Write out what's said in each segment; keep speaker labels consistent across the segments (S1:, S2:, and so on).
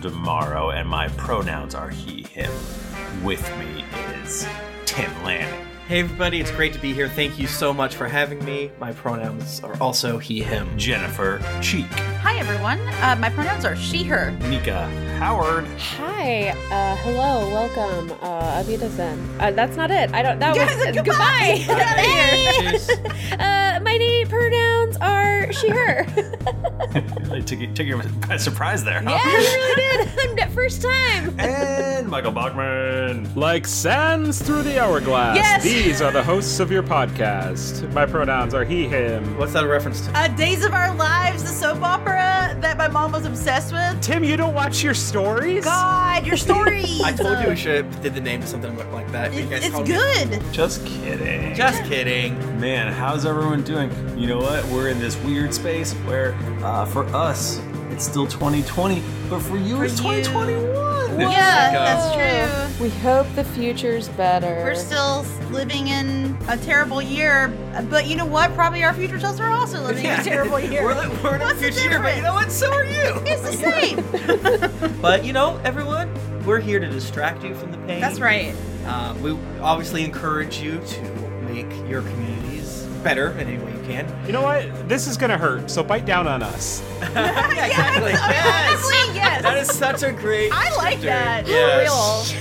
S1: tomorrow, and my pronouns are he, him. With me is Tim Lanning.
S2: Hey everybody, it's great to be here. Thank you so much for having me. My pronouns are also he, him.
S1: Jennifer Cheek.
S3: Hi, everyone. Uh, my pronouns are she, her.
S1: Nika Howard.
S4: Hi. Uh, hello. Welcome. Uh, Avidazen. Uh, that's not it. I don't. That was
S3: goodbye. Get outta
S4: Hey. uh, my name pronouns are she/her.
S1: Really took you, took you by surprise there. huh?
S4: yeah, you really did. First time.
S1: And Michael Bachman.
S5: Like sands through the hourglass.
S3: Yes!
S5: These are the hosts of your podcast. My pronouns are he, him.
S2: What's that a reference to?
S3: Uh, Days of Our Lives, the soap opera that my mom was obsessed with.
S5: Tim, you don't watch your stories?
S3: God, your stories.
S2: I told you we should have did the name to something like that. but you guys
S3: It's, it's
S2: called me-
S3: good.
S1: Just kidding.
S2: Just kidding.
S1: Man, how's everyone doing? You know what? We're in this weird space where, uh, for us, it's still 2020, but for you, it's
S3: you.
S1: 2021.
S2: God.
S3: Yeah, that's true.
S4: We hope the future's better.
S3: We're still living in a terrible year, but you know what? Probably our future selves are also living in a terrible year.
S2: we're, li- we're in a
S3: What's the
S2: future year, but you know what? So are you.
S3: it's the same.
S2: But you know, everyone, we're here to distract you from the pain.
S3: That's right.
S2: Uh, we obviously encourage you to make your communities better in any way you can.
S5: You know what? This is going to hurt, so bite down on us.
S2: yeah, exactly. Yes.
S3: Honestly, yes.
S2: That is such a great.
S3: I like
S2: descriptor.
S3: that.
S2: Yes.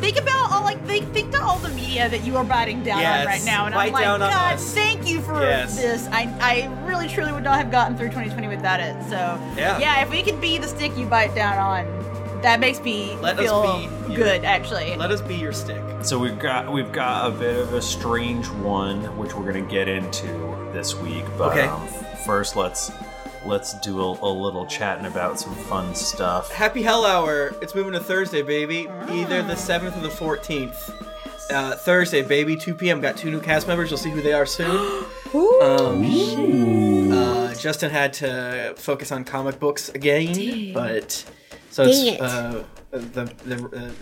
S3: Think about all like think think to all the media that you are biting down
S2: Yes,
S3: on right now, and
S2: bite
S3: I'm like,
S2: down on
S3: God,
S2: us."
S3: thank you for
S2: Yes.
S3: this. I I really truly would not have gotten through 2020 without it. So
S2: Yeah.
S3: if we could be the stick you bite down on, that makes me
S2: Let us
S3: feel
S2: be your-
S3: good. Actually,
S2: Let us be your stick.
S1: So we've got we've got a bit of a strange one, which we're gonna get into this week. But
S2: Okay.
S1: um, f- first, let's let's do a, a little chatting about some fun stuff.
S2: Happy Hell Hour. It's moving to Thursday, baby. Either the 7th or the 14th. Uh, Thursday, baby, 2 p.m. Got two new cast members. You'll see who they are soon. um, uh, Justin had to focus on comic books again, but so
S4: Dang
S2: it's
S4: it.
S2: uh, the the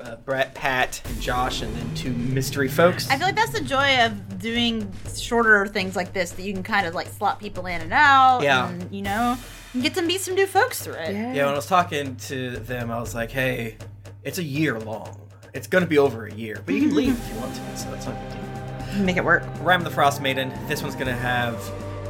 S2: uh, uh, Brett, Pat, and Josh, and then two mystery folks.
S3: I feel like that's the joy of doing shorter things like this that you can kind of like slot people in and out.
S2: Yeah.
S3: and, you know, and get to meet some new folks through it.
S2: Yeah, when I was talking to them, I was like, "Hey, it's a year long. It's gonna be over a year, but you can leave if you want to, so that's not a big deal."
S3: Make it work.
S2: Rhyme of the Frost Maiden. This one's gonna have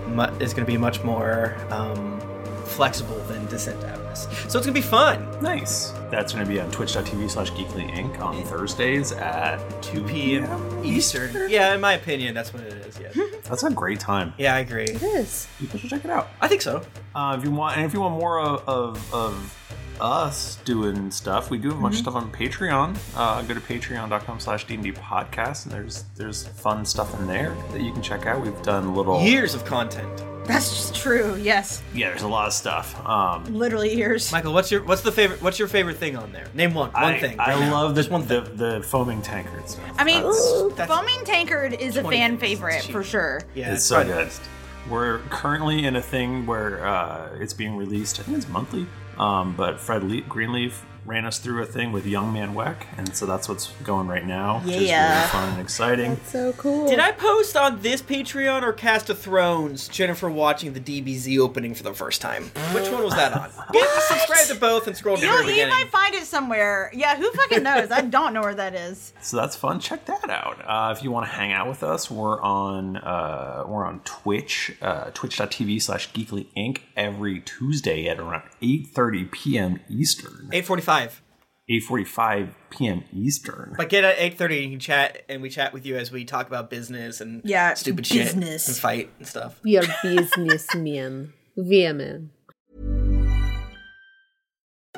S2: mu- is gonna be much more um, flexible than Descent to Avernus. So it's gonna be fun.
S1: Nice. That's gonna be on twitch.tv slash geekly inc on Thursdays at
S2: 2 p.m. Eastern. Yeah, in my opinion, that's what it is. Yeah,
S1: That's a great time.
S2: yeah, I agree.
S4: This.
S1: People should check it out.
S2: I think so.
S1: Uh, if you want, and if you want more of, of, of us doing stuff, we do have a bunch of
S2: Mm-hmm.
S1: stuff on Patreon. Uh, go to patreon.com/slash D&D podcast, and there's there's fun stuff in there that you can check out. We've done little
S2: Years of content.
S3: That's just true. Yes,
S1: yeah, there's a lot of stuff. Um,
S3: literally years.
S2: Michael, what's your what's the favorite what's your favorite thing on there? Name one. One
S1: I,
S2: thing.
S1: I
S2: right now.
S1: love the,
S2: Just one
S1: the the foaming tankards.
S3: I mean,
S2: That's-
S3: foaming tankard is a
S2: 20
S3: fan
S2: things.
S3: favorite for sure.
S2: Yeah,
S1: it's, so
S2: probably-
S1: good. We're currently in a thing where uh, it's being released. I think it's monthly. Um, but Fred Le- Greenleaf ran us through a thing with Young Man Weck, and so that's what's going right now, which is
S3: Yeah.
S1: really fun and exciting.
S4: So cool.
S2: Did I post on this Patreon or Cast of Thrones Jennifer watching the DBZ opening for the first time? Which one was that on? Get, subscribe to both and scroll to the
S3: You,
S2: very
S3: you
S2: beginning.
S3: might find it somewhere. Yeah, who fucking knows? I don't know where that is.
S1: So that's fun. Check that out. Uh, if you want to hang out with us, we're on uh, we're on Twitch, uh, twitch.tv slash geekly inc every Tuesday at around 8.30 p.m. Eastern.
S2: 8:45.
S1: 8.45 p.m. Eastern.
S2: But get at eight thirty, you can chat, and we chat with you as we talk about business and
S3: Yeah,
S2: stupid
S3: business.
S2: shit and fight and stuff.
S4: We are businessmen. Women.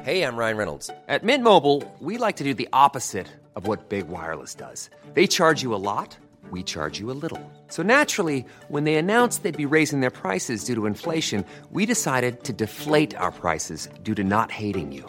S6: Hey, I'm Ryan Reynolds. At Mint Mobile, we like to do the opposite of what Big Wireless does. They charge you a lot, we charge you a little. So naturally, when they announced they'd be raising their prices due to inflation, we decided to deflate our prices due to not hating you.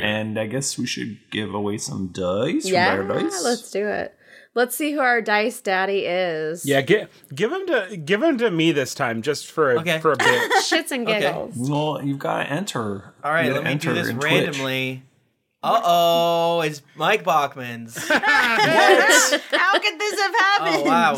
S1: And I guess we should give away some dice.
S4: yeah,
S1: from our dice.
S4: let's do it. Let's see who our dice daddy is.
S5: Yeah, give give him to give him to me this time, just for a, for a bit.
S4: Shits and giggles.
S1: Well, you've got to enter.
S2: All right,
S1: You gotta
S2: let me do
S1: enter
S2: this
S1: in
S2: randomly. Uh oh, it's Mike Bachman's.
S3: How could this have happened?
S2: Oh wow,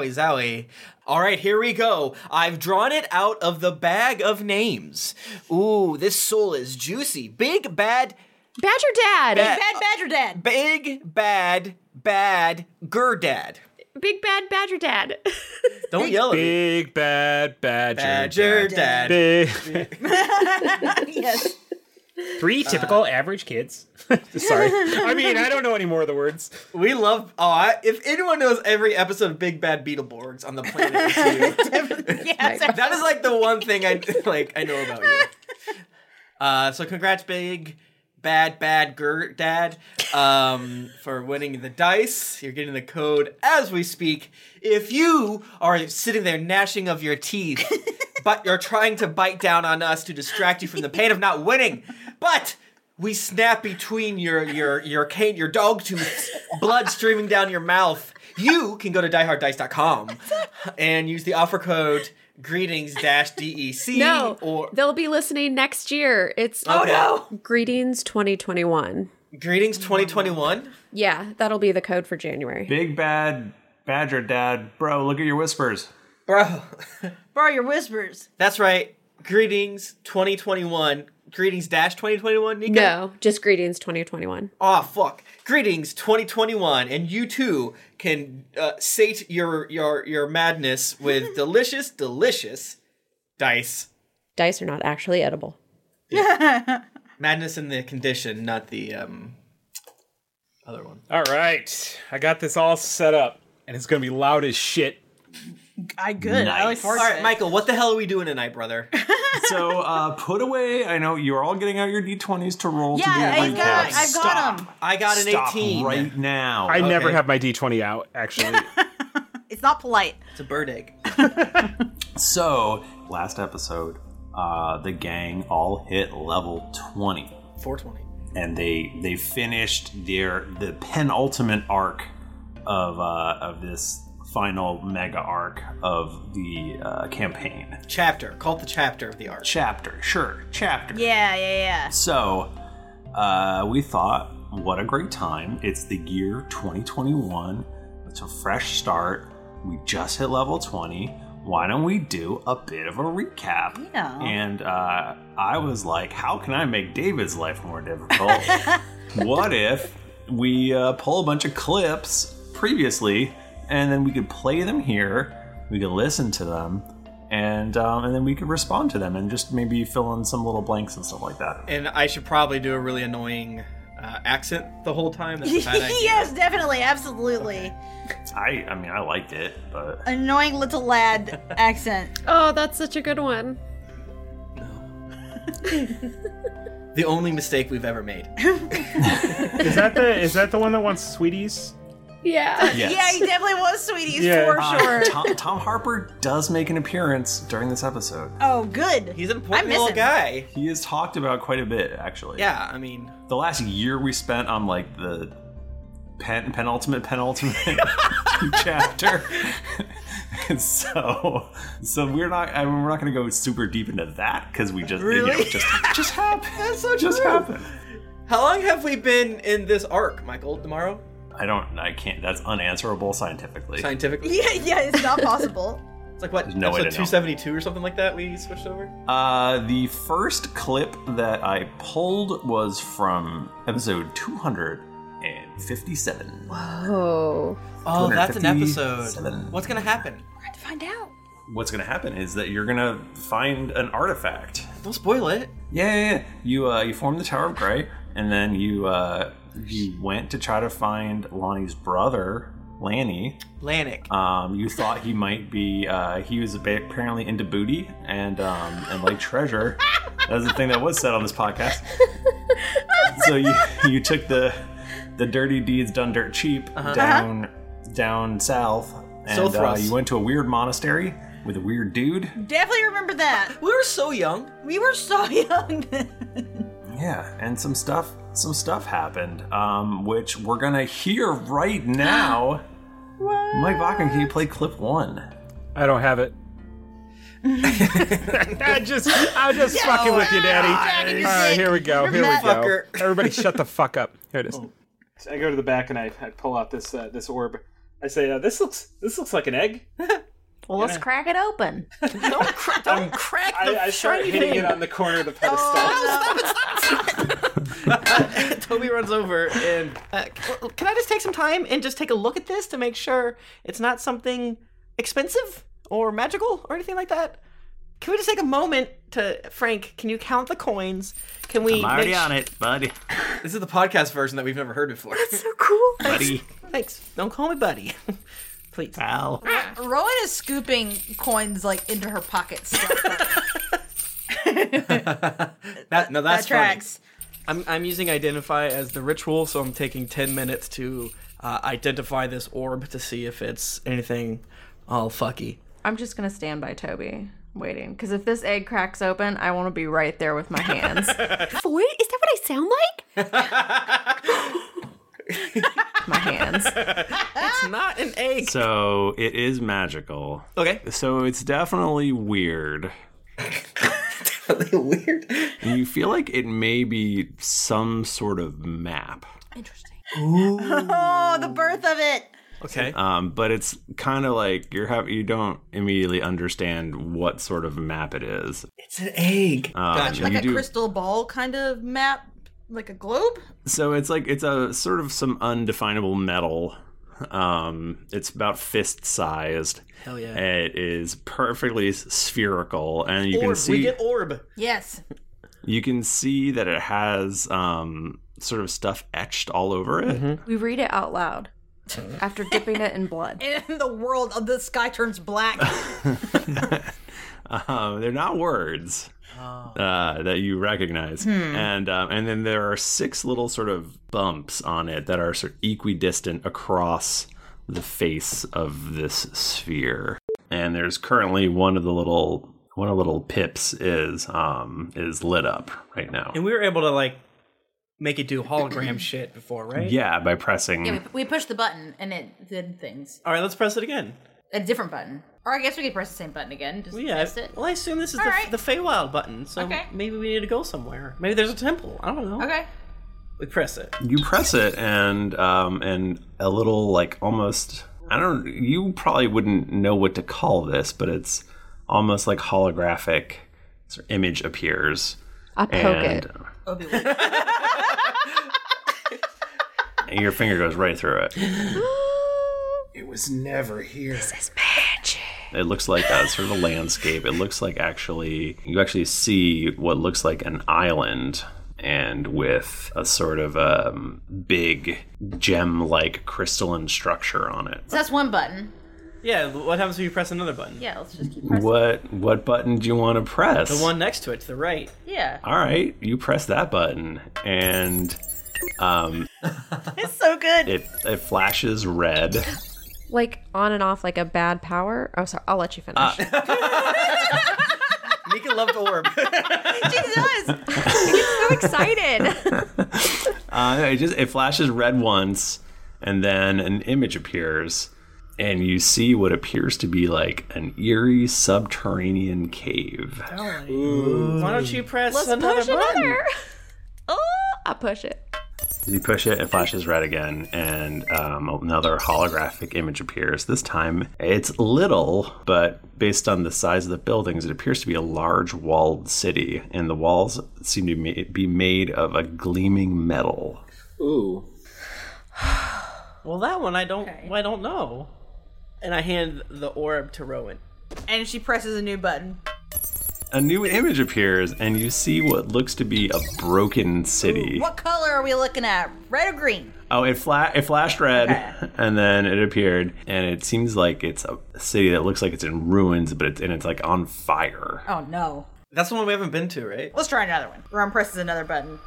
S2: wowie zowie. All right, here we go. I've drawn it out of the bag of names. Ooh, this soul is juicy. Big bad,
S4: Badger dad.
S2: Bad-
S3: Bad Badger Dad.
S2: big bad, bad gurdad.
S4: Big bad badger dad.
S2: Don't yell at me.
S5: Big bad badger.
S2: Badger dad.
S5: Big.
S3: yes.
S5: Three typical average kids. Sorry. I mean, I don't know any more of the words.
S2: We love. Oh, I, if anyone knows every episode of Big Bad Beetleborgs on the planet, it's you.
S3: Yeah, sorry.
S2: that is like the one thing I like. I know about you. Uh, so congrats, big bad bad gert dad, um, for winning the dice. You're getting the code as we speak. If you are sitting there gnashing of your teeth, but you're trying to bite down on us to distract you from the pain of not winning, but we snap between your your your cane your dog tooth, blood streaming down your mouth. You can go to dieharddice.com and use the offer code greetings dash DEC
S4: no,
S2: or
S4: they'll be listening next year. It's
S2: no.
S4: greetings 2021.
S2: Greetings 2021.
S4: Yeah, that'll be the code for January.
S1: Big bad badger dad, bro. Look at your whispers.
S2: Bro,
S3: Bro, your whispers.
S2: that's right. Greetings 2021. Greetings dash 2021, Nico.
S4: No, just greetings 2021.
S2: Aw, fuck. Greetings 2021, and you too can uh, sate your your your madness with delicious, delicious dice.
S4: Dice are not actually edible.
S2: Madness in the condition, not the um other one.
S5: All right, I got this all set up, and it's gonna be loud as shit.
S3: I good. I like forward
S2: All right, Michael, what the hell are we doing tonight, brother?
S1: So uh, put away. I know you're all getting out your d20s to roll
S3: Yeah,
S1: to do
S3: I
S1: a
S3: got,
S1: recap.
S3: I've got him.
S2: I got an
S1: Stop
S2: 18.
S1: right now.
S5: I never
S2: Oh, Okay.
S5: have my d20 out. Actually,
S3: It's not polite.
S2: It's a bird egg.
S1: so last episode, uh, the gang all hit level 20.
S2: 420.
S1: and they they finished their the penultimate arc of uh, of this final mega arc of the uh, campaign
S2: Chapter. Call it the chapter of the arc.
S1: chapter. Sure, chapter.
S3: Yeah, yeah, yeah.
S1: So uh, we thought, what a great time! It's the year 2021. It's a fresh start. We just hit level 20. Why don't we do a bit of a recap?
S3: Yeah.
S1: And uh, I was like, how can I make David's life more difficult? what if we uh, pull a bunch of clips previously and then we could play them here we could listen to them and um, and then we could respond to them and just maybe fill in some little blanks and stuff like that
S2: And I should probably do a really annoying uh, accent the whole time. That's a bad idea.
S3: yes, definitely, absolutely.
S1: i i mean i liked it but
S3: Annoying little lad accent.
S4: Oh, that's such a good one.
S2: The only mistake we've ever made.
S5: Is that the is that the one that wants sweeties?
S4: Yeah.
S5: Yes.
S3: Yeah, he definitely was sweeties
S5: Yeah.
S3: for
S5: Uh,
S3: sure.
S1: Tom, Tom Harper does make an appearance during this episode.
S3: oh, good. He's
S2: an
S3: I miss him.
S1: He is talked about quite a bit, actually.
S2: Yeah, I mean,
S1: The last year we spent on like the pen, penultimate, penultimate chapter. And so, so we're not. I mean, we're not going to go super deep into that because we just, you know,
S2: Really?
S1: just
S2: just happened. That's so
S1: just
S2: true.
S1: happened.
S2: How long have we been in this arc, Michael? Tomorrow?
S1: I don't. I can't. That's unanswerable scientifically.
S2: Scientifically?
S3: Yeah, yeah, it's not possible.
S2: It's like what?
S1: There's no way
S2: episode
S1: to know.
S2: 272 or something like that we switched over?
S1: Uh, the first clip that I pulled was from episode 257.
S4: Whoa.
S2: Oh, that's an episode.
S1: 257.
S2: What's going to happen?
S3: Find out.
S1: What's going to happen is that you're going to find an artifact.
S2: Don't spoil it.
S1: Yeah, yeah, yeah. You, uh, you formed the Tower of Grey, and then you, uh, you went to try to find Lonnie's brother, Lanny.
S2: Lanik.
S1: Um, you thought he might be, uh, he was ba- apparently into booty and, um, and like treasure. That was the thing that was said on this podcast. so you, you took the, the dirty deeds done dirt cheap
S2: Uh-huh.
S1: down, down south. And uh,
S2: Sothras.
S1: you went to a weird monastery with a weird dude.
S3: Definitely remember that.
S2: We were so young.
S3: We were so young.
S1: Yeah. And some stuff, some stuff happened, um, which we're going to hear right now. Mike Bakken, can you play clip one?
S5: I don't have it. I just I'm just fucking with you, Daddy.
S7: your
S5: All right,
S7: dick.
S5: here we go.
S7: You're
S5: Here we
S7: mad.
S5: go.
S7: Fucker.
S5: Everybody, shut the fuck up. Here it is.
S7: So I go to the back and I, I pull out this uh, this orb. I say, uh, "This looks this looks like an egg."
S3: Well, let's crack it open.
S2: Um,
S7: Don't crack I, I start
S2: shiny
S7: hitting
S2: thing.
S7: it on the corner of the pedestal.
S3: Oh.
S2: Toby runs over and.
S8: Uh, c- well, can I just take some time and just take a look at this to make sure it's not something expensive or magical or anything like that? Can we just take a moment to Frank? Can you count the coins? Can we? make sh-
S1: it, buddy.
S2: This is the podcast version that we've never heard before. That's
S8: so cool,
S1: buddy.
S8: Thanks. Don't call me buddy, please.
S1: Ow.
S3: Rowan is scooping coins like into her pockets.
S2: That no, that's funny.
S3: That tracks.
S2: I'm I'm using identify as the ritual, so I'm taking ten minutes to uh, identify this orb to see if it's anything all fucky.
S9: I'm just gonna stand by Toby, waiting. Because if this egg cracks open, I want to be right there with my hands. Foy, is that what I sound like? my hands.
S2: it's not an egg.
S1: So it is magical.
S2: Okay.
S1: So it's definitely weird. definitely weird. You feel like it may be some sort of map.
S3: oh, the birth of it.
S2: Okay.
S1: Um, but it's kind of like you're have you don't immediately understand what sort of map it is.
S2: It's an egg.
S1: Um,
S3: Gotcha. Like
S1: you
S3: a
S1: do-
S3: crystal ball kind of map, like a globe.
S1: So it's like it's a sort of some undefinable metal. Um, it's about fist sized.
S8: Oh,
S2: Hell yeah.
S1: It is perfectly s- spherical, and you
S2: orb.
S1: can see
S2: We get orb.
S3: Yes.
S1: you can see that it has um, sort of stuff etched all over it.
S3: Mm-hmm.
S2: Mm-hmm.
S9: We read it out loud after dipping it in blood.
S3: And the world of the sky turns black.
S1: Um, they're not words uh, that you recognize,
S3: Hmm.
S1: and um, and then there are six little sort of bumps on it that are sort of equidistant across the face of this sphere. And there's currently one of the little one of the little pips is um, is lit up right now.
S2: And we were able to like make it do hologram shit before, right?
S1: Yeah, by pressing.
S3: yeah, we, we pushed the button and it did things.
S2: All right, let's press it again.
S3: A different button. Or I guess we could press the same button again. Just
S2: Well, yeah.
S3: press it.
S2: Well, I assume this is
S3: All
S2: the,
S3: right.
S2: the Feywild button, so
S3: Okay.
S2: maybe we need to go somewhere. Maybe there's a temple. I don't know.
S3: Okay.
S2: We press it.
S1: You press it, and um, and a little like almost. I don't. You probably wouldn't know what to call this, but it's almost like holographic. Sort of image appears.
S9: I poke
S1: and
S9: it.
S1: and your finger goes right through it.
S7: It was never here. This
S9: is magic.
S1: It looks like a sort of a landscape. It looks like actually you actually see what looks like an island and with a sort of um, big gem-like crystalline structure on it.
S3: So that's one button.
S2: Yeah, what happens if you press another button?
S3: Yeah, let's just keep
S1: What what button do you want to press?
S2: The one next to it, to the right.
S3: Yeah.
S1: All right, you press that button, and um,
S3: It's so good.
S1: it it flashes red.
S9: Like on and off, like a bad power. Oh, sorry. I'll let you finish.
S1: Uh,
S2: Nika loved orb.
S9: I'm so excited.
S1: Uh, it just it flashes red once, and then an image appears, and you see what appears to be like an eerie subterranean cave.
S2: Why don't you press
S9: Let's
S2: another
S9: push
S2: button?
S9: another. Oh, I push it.
S1: You push it, it flashes red again, and um, another holographic image appears. This time, it's little, but based on the size of the buildings, it appears to be a large walled city, and the walls seem to ma- be made of a gleaming metal.
S2: Ooh. Well, that one I don't. I don't know. And I hand the orb to Rowan.
S3: And she presses a new button.
S1: A new image appears, and you see what looks to be a broken city.
S3: What color are we looking at? Red or green?
S1: Oh, it fla- it flashed red, and then it appeared, and it seems like it's a city that looks like it's in ruins, but it's and it's like on fire.
S3: Oh no.
S2: That's the one we haven't been to, right?
S3: Let's try another one. Ron presses another button.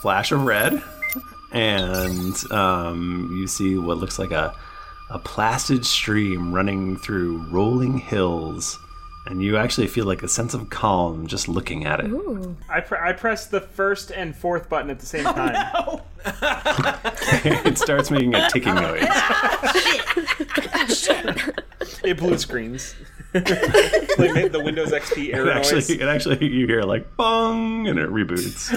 S1: Flash of red, and um, you see what looks like a a placid stream running through rolling hills, and you actually feel like a sense of calm just looking at it.
S7: I, pre- I pressed the first and fourth button at the
S2: Oh,
S7: same time.
S1: it starts making a ticking noise.
S7: It blue screens. like the Windows XP
S1: It
S7: error noise.
S1: actually, it actually, you hear like bong, and it reboots.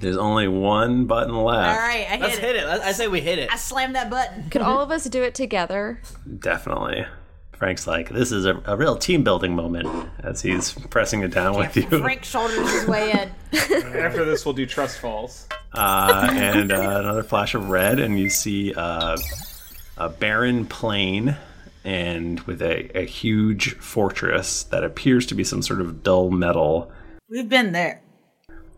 S1: There's only one button left.
S3: right, I
S2: Let's
S3: hit
S2: hit it. I I say we hit it.
S3: I slammed that button.
S9: Could all of us do it together?
S1: Definitely. Frank's like, this is a, a real team building moment as he's pressing it down with you.
S3: Frank shoulders his way in.
S7: After this, we'll do trust falls.
S1: Uh, and uh, another flash of red, and you see uh, a barren plain and with a, a huge fortress that appears to be some sort of dull metal
S3: We've been there.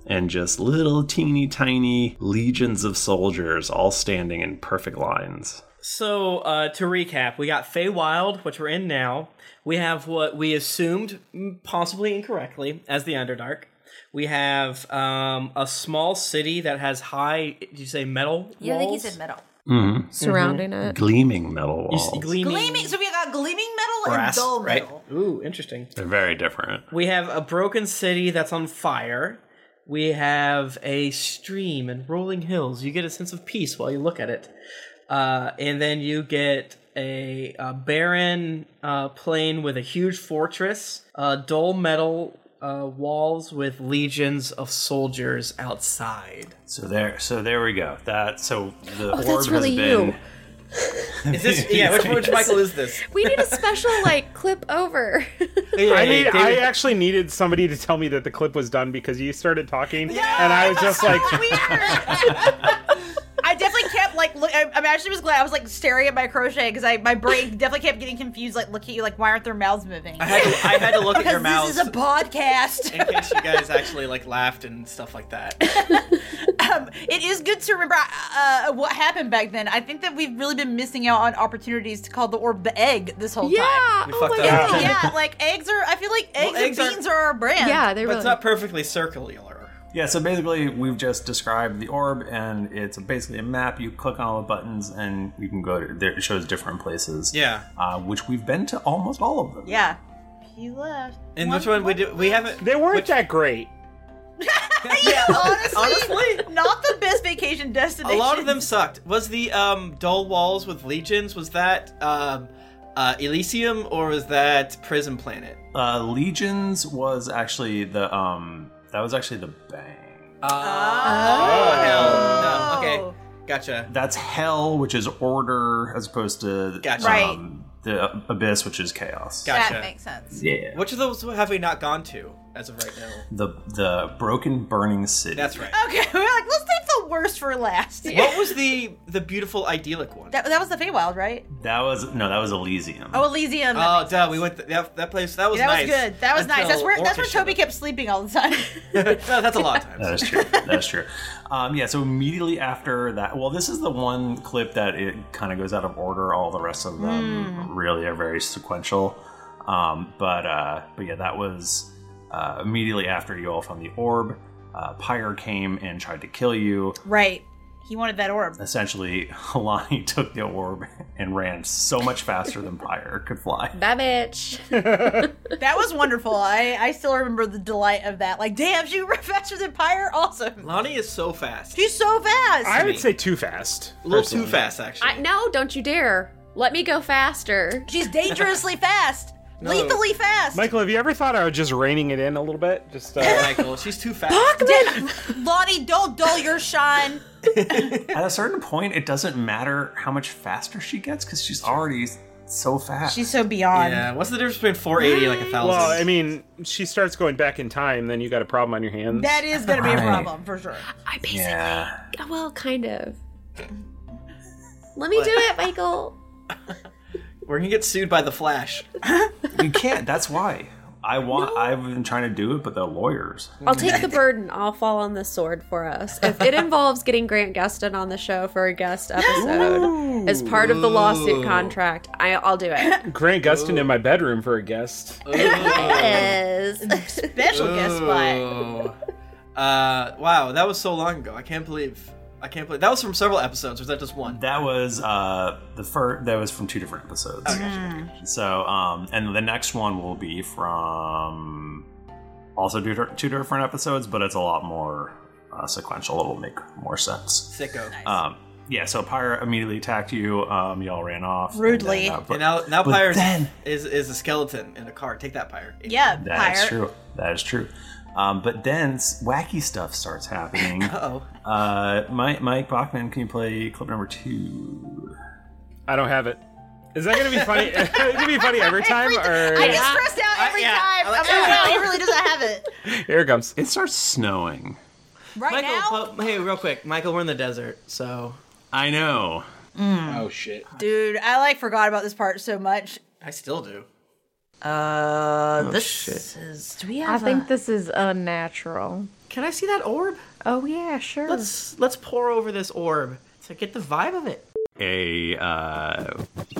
S1: and just little teeny tiny legions of soldiers all standing in perfect lines.
S2: So uh, to recap, we got Wild, which we're in now. We have what we assumed, mm, possibly incorrectly, as the Underdark. We have um, a small city that has high. Did you say metal?
S3: Yeah, I think he
S2: walls?
S3: said metal.
S1: Mm-hmm.
S2: Surrounding
S9: it.
S1: Gleaming metal
S2: You see
S1: walls.
S2: gleaming,
S3: Gleaming. So we got gleaming metal and dull metal.
S2: right? Ooh, interesting.
S1: They're very different.
S2: We have a broken city that's on fire. We have a stream and rolling hills. You get a sense of peace while you look at it. Uh, and then you get a, a barren uh, plain with a huge fortress, uh, dull metal uh, walls with legions of soldiers outside.
S1: So there, so there we go. That so the
S9: Oh, that's
S1: orb
S9: really
S1: has been.
S9: you.
S2: Is this yeah? Which, which Michael is this?
S9: We need a special like clip over.
S7: I, need, I
S9: David-
S7: actually needed somebody to tell me that the clip was done because you started talking, and I was just like,
S3: I definitely kept like look. I, I actually was glad I was like staring at my crochet because I my brain definitely kept getting confused. Like, look at you. Like, why aren't their mouths moving?
S2: I had to, I had to look at your
S3: Because
S2: mouths
S3: this is a podcast.
S2: in case you guys actually like laughed and stuff like that.
S3: Um, It is good to remember uh, what happened back then. I think that we've really been missing out on opportunities to call the orb the egg this whole
S2: Yeah,
S3: time.
S2: We oh fucked my up. God.
S3: Yeah, like eggs are. I feel like eggs
S2: eggs
S3: and
S2: aren't-
S3: beans are our brand.
S1: they
S2: but it's not perfectly circular.
S1: Yeah, so basically we've just described the orb, and it's basically a map. You click on all the buttons, and you can go to. There, it shows different places.
S2: Yeah.
S1: uh, which we've been to almost all of them.
S3: Yeah. He left.
S2: And which one we do? We haven't.
S7: They weren't that great.
S3: yeah, honestly, not the best vacation
S2: A
S3: destination.
S2: lot of them sucked. Was the um, dull walls with legions? Was that um, uh, Elysium or was that Prison Planet?
S1: Uh, Legions was actually the um that was actually the bang.
S3: Oh.
S2: Oh, hell no. Okay, gotcha.
S1: That's hell, which is order, as opposed to
S2: Gotcha.
S3: Right.
S1: um, the abyss, which is chaos.
S2: Gotcha.
S3: That makes sense.
S1: Yeah.
S2: Which of those have we not gone to? as of right now.
S1: The the broken burning city.
S2: That's right.
S3: Okay, we're like, let's take the worst for last.
S2: What was the the beautiful idyllic one?
S3: That, that was the Feywild, right?
S1: That was no, that was Elysium.
S3: Oh, Elysium. that
S2: Oh, duh, we went th- that, that place. That was
S3: that
S2: nice.
S3: was good. That was nice. That's
S2: until
S3: where that's
S2: Orcish
S3: where Toby kept sleeping all the time.
S2: no, that's a lot of times.
S1: That is true. That is true. Um, yeah. So immediately after that, well, this is the one clip that it kind of goes out of order. All the rest of them
S3: Hmm.
S1: really are very sequential. Um, but uh, but yeah, that was uh, immediately after you all found the orb. Uh, Pyre came and tried to kill you.
S3: Right. He wanted that orb.
S1: Essentially, Alani took the orb and ran so much faster than Pyre could fly.
S3: That bitch. that was wonderful. I, I still remember the delight of that. Like, damn, she ran faster than Pyre. Awesome.
S2: Lonnie is so fast.
S3: She's so fast.
S5: I would say too fast.
S2: A little too fast, actually.
S10: I, no, don't you dare. Let me go faster.
S3: She's dangerously fast.
S5: No. Lethally
S3: fast.
S5: Michael, have you ever thought I was just reining it in a little bit? Just uh...
S2: Michael, she's too fast.
S3: Lottie, don't dull your shine.
S1: At a certain point, it doesn't matter how much faster she gets because she's already so fast.
S3: She's so beyond.
S2: Yeah, what's the difference between 480 and like 1000?
S5: Well, I mean, she starts going back in time, then you got a problem on your hands.
S3: That is going to be a problem for sure.
S10: I basically,
S5: Yeah.
S10: well, kind of. Let me do it, Michael.
S2: We're gonna get sued by the Flash.
S1: You can't. That's why I want. I've been trying to do it, but they're lawyers.
S10: I'll take the burden. I'll fall on the sword for us. If it involves getting Grant Gustin on the show for a guest episode as part of the lawsuit
S5: Ooh.
S10: contract, I, I'll do it.
S5: Grant Gustin in my bedroom for a guest.
S10: Yes.
S3: Special guest spot.
S2: Oh. Uh, wow, that was so long ago. I can't believe. I can't believe that was from several episodes. Or was that just one?
S1: That was uh, the first. That was from two different episodes.
S3: Hmm.
S1: So, um, and the next one will be from also two, di- two different episodes, but it's a lot more uh, sequential. It'll make more sense.
S2: Sicko.
S1: Um, yeah. So Pyre immediately attacked you. Um, y'all ran off and
S2: Rudely.
S1: then, uh,
S2: And now, now
S1: but
S2: Pyre is-
S1: then-
S2: is is a skeleton in a car. Take that, Pyre.
S3: Yeah,
S1: That is true. That is true. Um, but then s- wacky stuff starts happening.
S2: Uh-oh.
S1: Uh, Mike, Mike Bachman, can you play clip number two?
S5: I don't have it. Is that gonna be funny? Is it gonna be funny every time? Or
S3: I get stressed out every time. I'm like, wow, he really doesn't have it.
S5: Here it comes.
S1: It starts snowing.
S3: Right now?
S2: Michael, po- Oh, hey, real quick, Michael, we're in the desert, so.
S1: I know.
S3: Mm.
S2: Oh shit.
S3: Dude, I like forgot about this part so much.
S2: I still do.
S3: Uh,
S2: Oh,
S3: this
S2: shit.
S3: is. Do we
S9: I
S3: have?
S9: think
S3: a-
S9: this is unnatural.
S2: Can I see that orb?
S9: Oh yeah, sure.
S2: Let's let's pour over this orb to get the vibe of it.
S1: A uh,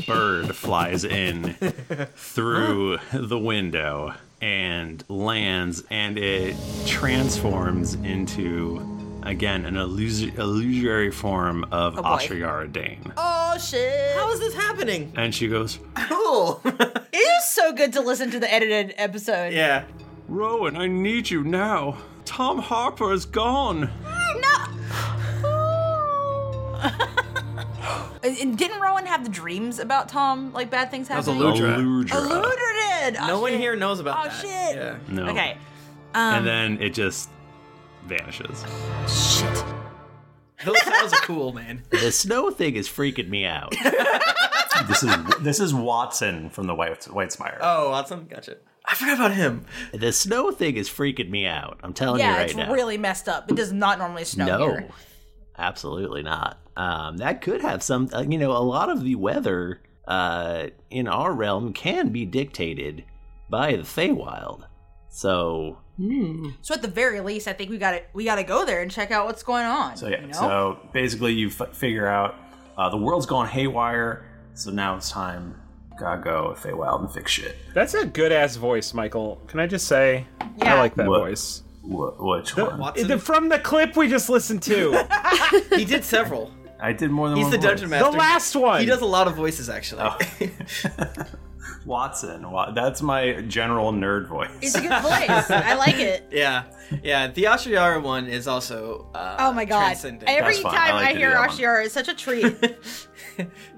S1: bird flies in through the window and lands, and it transforms into, again, an illus- illusory form of
S3: Oh, boy.
S1: Ashayara Dane.
S3: Oh shit! How
S2: is this happening?
S1: And she goes,
S2: Cool.
S3: it is so good to listen to the edited episode.
S2: Yeah.
S1: Rowan, I need you now. Tom Harper is gone.
S3: And- and didn't Rowan have the dreams about Tom? Like bad things
S2: That was
S3: happening.
S1: Eludra.
S3: Eludra did. Oh,
S2: No one
S3: shit.
S2: here knows about
S3: Oh,
S2: that.
S3: shit.
S2: Yeah.
S1: No.
S3: Okay.
S1: and
S3: Um,
S1: then it just vanishes.
S3: Shit.
S2: Those sounds are cool, man.
S1: The snow thing is freaking me out. this is this is Watson from the White White Spire.
S2: Oh, awesome. Gotcha. I forgot about him.
S1: The snow thing is freaking me out. I'm telling
S3: yeah,
S1: you right
S3: it's
S1: now.
S3: really messed up. It does not normally snow
S1: no,
S3: here.
S1: absolutely not. Um, that could have some. uh, You know, a lot of the weather uh, in our realm can be dictated by the Feywild. So Hmm.
S3: So at the very least, I think we got to we got to go there and check out what's going on.
S1: So yeah.
S3: you know?
S1: So basically, you f- figure out uh, the world's gone haywire. So now it's time gotta go with Feywild and fix shit.
S5: That's a good ass voice, Michael. Can I just say? I like that
S1: What-
S5: voice.
S1: What, which one?
S5: The- from the clip we just listened to.
S2: he did several.
S1: I did more than
S2: He's
S1: one
S2: the
S1: voice.
S2: dungeon master.
S5: The last one.
S2: He does a lot of voices actually.
S1: Watson. Wa- That's my general nerd voice.
S3: It's a good voice. I like it.
S2: Yeah, yeah. The Ashiyara one is also. Uh,
S3: Oh my god!
S2: transcendent.
S3: Every time I, hear Ashiara, it's such a treat.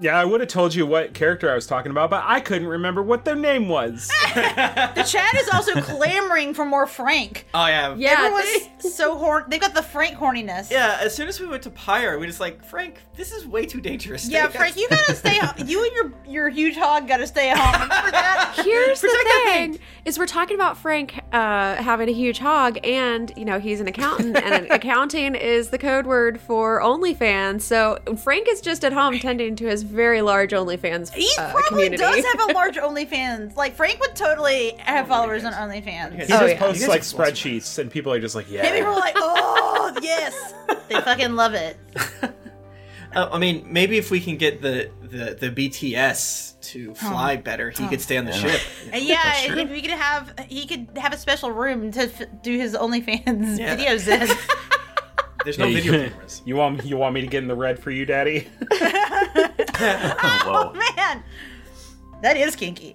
S5: Yeah, I would have told you what character I was talking about, but I couldn't remember what their name was.
S3: the chat is also clamoring for more Frank.
S2: Oh yeah.
S3: everyone's so horn. They've got the Frank horniness.
S2: Yeah. As soon as we went to Pyre, we just like Frank. This is way too dangerous.
S3: Yeah,
S2: Take us-
S3: Frank, you gotta stay. You and your your huge hog got to stay at home. Remember that?
S10: Here's the thing: is we're talking about Frank uh, having a huge hog, and you know he's an accountant, and accounting is the code word for OnlyFans. So Frank is just at home tending to his very large OnlyFans
S3: He
S10: uh,
S3: probably
S10: community.
S3: does have a large OnlyFans. Like Frank would totally have followers on OnlyFans.
S11: Oh, He just posts like spreadsheets, and people are just like,
S3: And
S11: yeah.
S3: people are like, oh yes, they fucking love it.
S2: Oh,
S12: Uh, I mean, maybe if we can get the the, the BTS to fly
S3: Oh.
S12: better, he
S3: Oh.
S12: could stay on the
S13: Yeah.
S12: ship.
S2: Oh,
S3: And Uh, yeah, and if we could have he could have a special room to f- do his OnlyFans
S11: Yeah.
S3: videos in.
S12: There's
S11: no
S12: video
S11: cameras. You want you want me to get in the red for you, Daddy?
S3: oh man, that is kinky.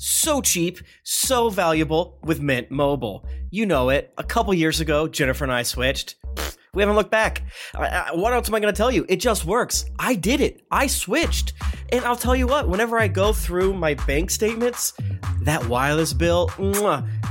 S2: So cheap, so valuable with Mint Mobile. You know it. A couple years ago, Jennifer and I switched. Pfft, We haven't looked back. I- I- what else am I going to tell you? It just works. I did it. I switched. And I'll tell you what, whenever I go through my bank statements, that wireless bill, mwah,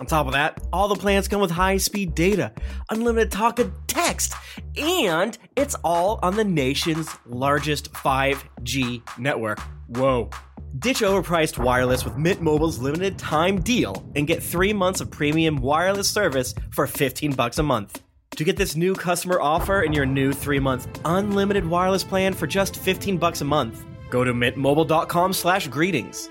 S2: On top of that, all the plans come with high speed data, unlimited talk and text, and it's all on the nation's largest 5G network. Whoa. Ditch overpriced wireless with Mint Mobile's limited time deal and get three months of premium wireless service for 15 bucks a month. To get this new customer offer and your new three-month unlimited wireless plan for just 15 bucks a month, go to mintmobile.com slash greetings.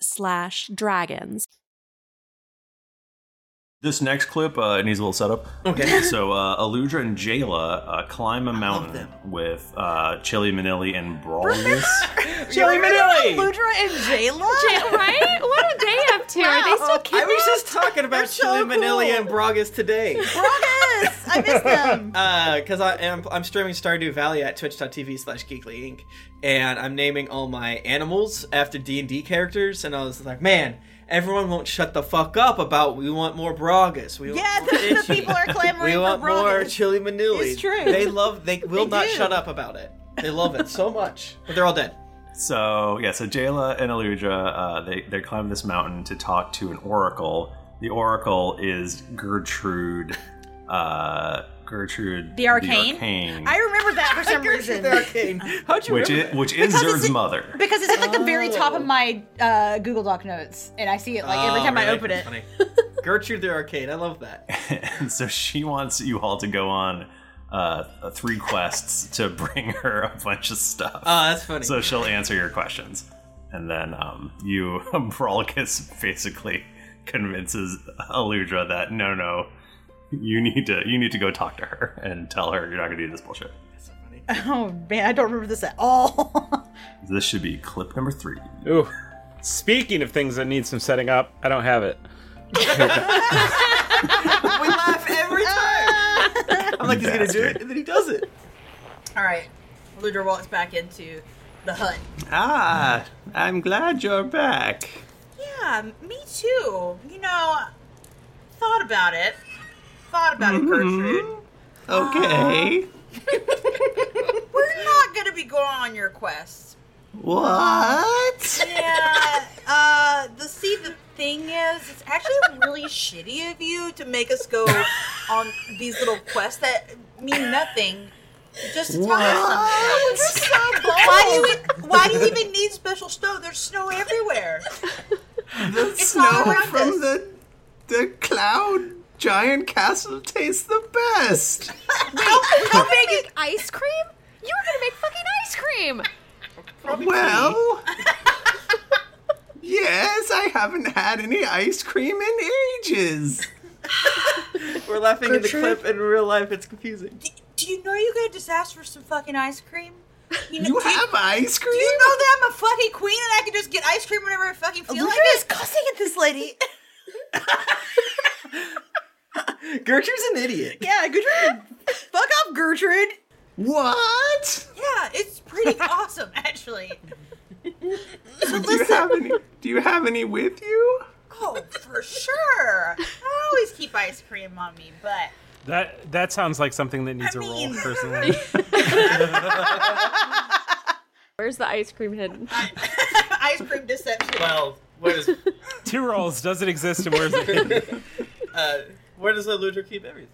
S14: slash dragons.
S1: This next clip uh, it needs a little setup. Okay. So uh, Aludra and Jayla uh, climb a mountain with uh, Chili Manili and Brawlness.
S2: Jelly Manili!
S3: Ludra and Jayla?
S10: right? What are they up to? Are they still
S2: I was just talking about Chili Manili and Bragas today.
S3: Bragas! I miss them.
S2: Because Uh, I am I'm streaming Stardew Valley at twitch.tv slash geekly inc. And I'm naming all my animals after D&D characters. And I was like, man, everyone won't shut the fuck up about we want more Bragas. We
S3: Yeah,
S2: want
S3: the, the people are clamoring
S2: we want
S3: for Bragas.
S2: more chili manili.
S3: It's true.
S2: They love. They will
S3: They
S2: not
S3: do.
S2: shut up about it. They love it so much, but they're all dead.
S1: So yeah, so Jayla and Aludra, uh, they they climb this mountain to talk to an oracle. The oracle is Gertrude. Uh, Gertrude
S3: The Arcane?
S1: Arcane,
S3: I remember that for some reason. The
S2: arcane. How'd
S1: which is which is
S3: because
S1: Zerd's
S3: it's,
S1: mother.
S3: Because it's at like the very top
S2: Oh.
S3: of my uh, Google Doc notes, and I see it like every
S1: Oh,
S3: time I
S1: really?
S3: open it.
S2: Funny. Gertrude the Arcane. I love that.
S1: And so she wants you all to go on uh, three quests to bring her a bunch of stuff.
S2: Oh, that's funny.
S1: So she'll answer your questions. And then um, you, Brawlkus, basically convinces Aludra that no, no, you need to you need to go talk to her and tell her you're not going to do this bullshit.
S3: Oh man, I don't remember this at all.
S1: This should be clip number three.
S5: Ooh. Speaking of things that need some setting up, I don't have it.
S2: we laugh every time. I'm like, he's gonna do it, and then he does it.
S3: All right, Ludra walks back into the hut.
S12: Ah, I'm glad you're back.
S3: Yeah, me too. You know, thought about it. Thought about it, Gertrude.
S12: Mm-hmm. Okay.
S3: We're not gonna be going on your quest.
S12: What?
S3: Yeah. Uh, the see the thing is, it's actually really shitty of you to make us go on these little quests that mean nothing. Just to tell us
S12: What?
S3: something. You're so bold. Why do you? e-, Why do you even need special snow? There's snow everywhere.
S12: The
S3: all
S12: snow
S3: around
S12: from the the cloud giant castle tastes the best.
S10: How big is ice cream? You were gonna make fucking ice cream.
S12: Well, yes, I haven't had any ice cream in ages.
S2: We're laughing in the
S3: Gertrude?
S2: clip. In real life, it's confusing.
S3: Do you know you could just ask for some fucking ice cream? You,
S12: You have ice
S3: Do you know that I'm a fucking queen and I can just get ice cream whenever I fucking feel like it? is cussing at this lady.
S2: Gertrude's an idiot.
S3: Yeah, Gertrude. Fuck off, Gertrude.
S12: What?
S3: Yeah, it's pretty awesome, actually.
S12: Do you have any? Do you have any with you?
S3: Oh, for sure. I always keep ice cream on me, but
S5: That that sounds like something that needs a roll, Oh, personally.
S10: Where's the ice cream hidden?
S3: ice cream deception.
S2: Well, where does
S5: Two rolls. Does it exist and where's it? hidden?
S2: uh, where does Ludra keep everything?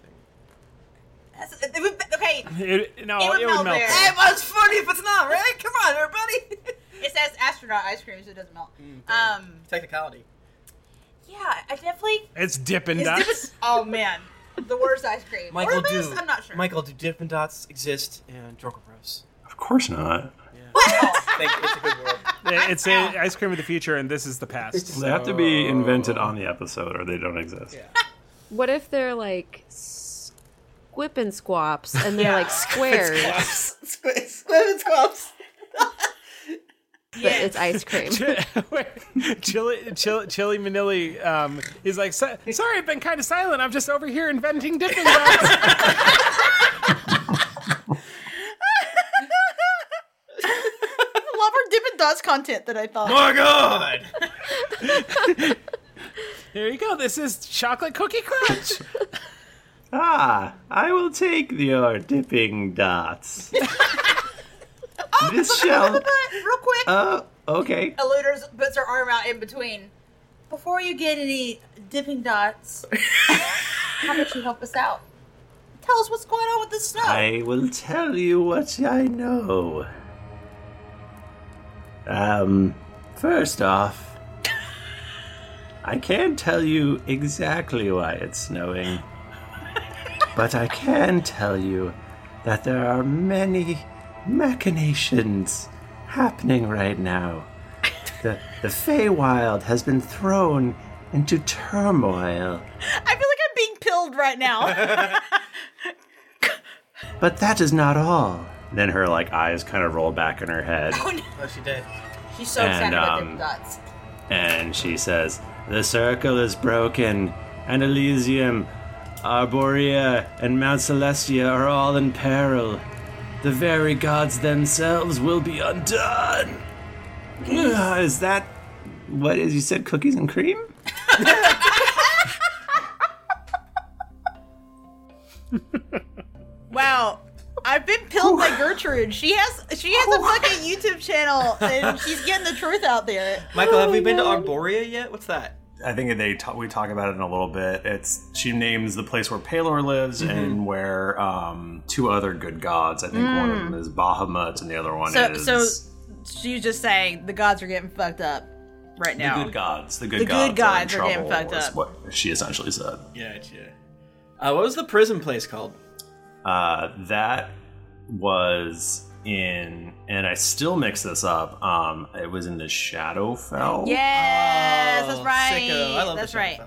S3: That's, it would, okay.
S5: It, no, it would, melt.
S3: there.
S5: there.
S3: It was funny if it's not, right? Come on, everybody. it says astronaut ice cream, so it doesn't melt. um,
S2: Technicality.
S3: yeah, I definitely.
S5: It's Dippin'
S3: Is
S5: Dots.
S3: this- oh man, the worst ice cream. or
S2: Michael,
S3: the best?
S2: do
S3: I'm not sure.
S2: Michael, do Dippin' Dots exist and Jorgle Bros?
S1: Of course not.
S2: Thank you. It's a good world.
S5: It's a ice cream of the future, and this is the past.
S1: They have to be invented on the episode, or they don't exist.
S10: What if they're like squip and squaps and they're
S8: Yeah.
S10: like squares?
S8: Squib
S3: and squaps.
S10: But it's ice cream.
S5: Chili, Chili, Chili Manili um, is like, "So- sorry, I've been kind of silent. I'm just over here inventing dipping dots.
S3: Love our Dippin' Dots content that I thought.
S5: My God! there you go. This is chocolate cookie crunch.
S12: Ah, I will take your dipping dots.
S15: Oh,
S12: this shall.
S15: Real quick.
S12: Uh, okay.
S15: Eluders puts her arm out in between. Before you get any dipping dots, how about you help us out? Tell us what's going on with the
S2: Oh.
S15: snow.
S12: I will tell you what I know. Um, first off, I can't tell you exactly why it's snowing, but I can tell you that there are many machinations happening right now. The, the Feywild has been thrown into turmoil.
S3: I feel like I'm being pilled right now.
S12: But that is not all. Then her like eyes kind of roll back in her head,
S2: Oh, she did.
S15: She's
S12: so excited And, about dipping um,
S15: dots.
S12: and she says, "The circle is broken, and Elysium, Arborea, and Mount Celestia are all in peril. The very gods themselves will be undone." Ugh, is that what is you said? Cookies and cream?
S3: wow. I've been pilled by Gertrude. She has she has a fucking YouTube channel and she's getting the truth out there.
S2: Michael, have
S12: Oh,
S2: we been to Arborea yet? What's that?
S1: I think they ta- we talk about it in a little bit. It's she names the place where Palor lives
S12: Mm-hmm.
S1: and where um, two other good gods. I think one of
S3: Mm.
S1: them is Bahamut and the other one
S3: So-
S1: is
S3: so
S15: she's just saying the gods are getting fucked up right
S1: the good gods. The good
S3: The good
S1: gods,
S3: gods
S1: are,
S3: are
S1: in
S3: getting
S1: trouble,
S3: fucked
S1: is
S3: up.
S1: What she essentially said.
S2: Yeah, yeah. Uh, what was the prison place called?
S1: Uh, that was in, and I still mix this up. Um, it was in the Shadowfell.
S3: Yes,
S15: that's
S2: Oh,
S15: right.
S1: Oh, sicko. I love
S15: that's
S1: the
S15: right.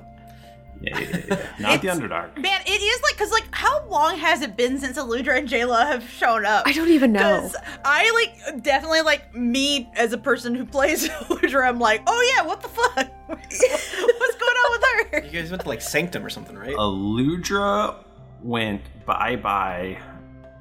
S1: Yeah, yeah, yeah, yeah. not the Underdark.
S3: Man, it is like because like how long has it been since Eludra and Jayla have shown up? I
S10: don't even know.
S3: I like definitely like me as a person who plays Eludra. I'm like, oh yeah, what the fuck? What's going on with her?
S2: You guys went to like Sanctum or something, right?
S1: Aludra went bye bye,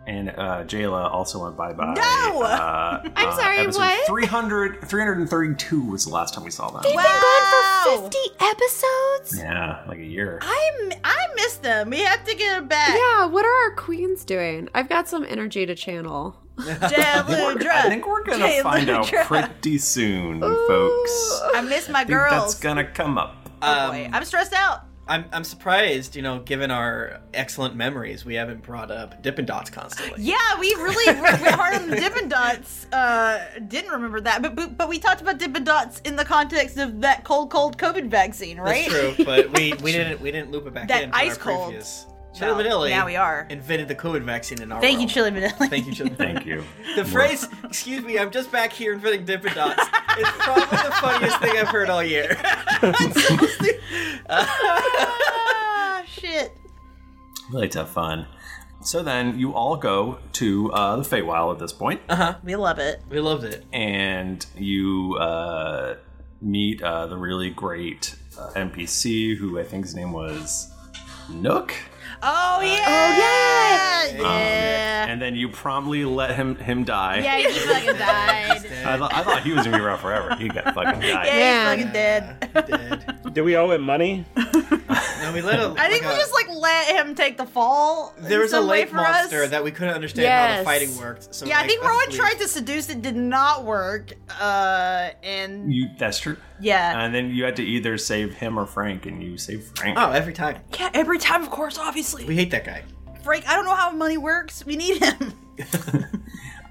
S1: and uh, Jayla also went bye bye.
S3: No!
S1: Uh,
S3: I'm
S1: uh,
S3: sorry,
S1: episode
S3: what?
S1: 300, 332 was the last time we saw them.
S3: They've been gone for 50 episodes.
S1: Yeah, like a year.
S3: I m- I miss them. We have to get them back.
S10: Yeah, what are our queens doing? I've got some energy to channel.
S1: I think we're gonna find out pretty soon, folks.
S3: I miss my
S1: I think that's
S3: girls. Oh,
S1: gonna come up.
S2: Um,
S3: I'm stressed out.
S2: I'm, I'm surprised, you know, given our excellent memories, we haven't brought up Dippin' Dots constantly.
S3: Yeah, we really went hard on the Dippin' Dots. Uh, didn't remember that, but, but but we talked about Dippin' Dots in the context of that cold, cold COVID vaccine, right?
S2: That's true, but we, we didn't we didn't loop it back
S3: That
S2: in. from
S3: ice
S2: our
S3: cold.
S2: Previous.
S3: No,
S2: Chili Vanilli
S3: now we are.
S2: invented the COVID vaccine in our
S3: Thank you,
S2: world.
S3: Chili Vanilla.
S2: Thank you, Chili. Thank
S1: you.
S2: The phrase "Excuse me, I'm just back here inventing Dippin' Dots" is probably the funniest thing I've heard all year.
S3: Ah, shit.
S1: We like to have fun. So then you all go to uh, the Feywild at this point.
S3: Uh huh. We love it.
S2: We loved it.
S1: And you uh, meet uh, the really great uh, NPC who I think his name was Nook.
S3: Oh yeah. Oh yeah.
S1: Yeah. and then you promptly let him him die.
S2: Um,
S3: Yeah, he fucking died.
S1: I, thought I thought he was gonna be around forever. He got fucking
S3: Yeah,
S1: died.
S3: he's fucking dead.
S5: Do we owe him money?
S2: no, we let him.
S3: I think we just like let him take the fall. in
S2: There was a
S3: some way
S2: lake
S3: for
S2: monster
S3: us.
S2: that we couldn't understand how
S3: Yes.
S2: the fighting worked. So
S3: yeah, I
S2: like,
S3: think
S2: let's
S3: Rowan
S2: leave.
S3: tried to seduce it, did not work. Uh,
S2: Mm.
S3: and
S1: You that's true.
S3: yeah,
S1: And then you had to either save him or Frank, and you save Frank.
S2: Oh, every time.
S3: yeah, every time, of course, obviously.
S2: We hate that guy.
S3: Frank, I don't know how money works. We need him.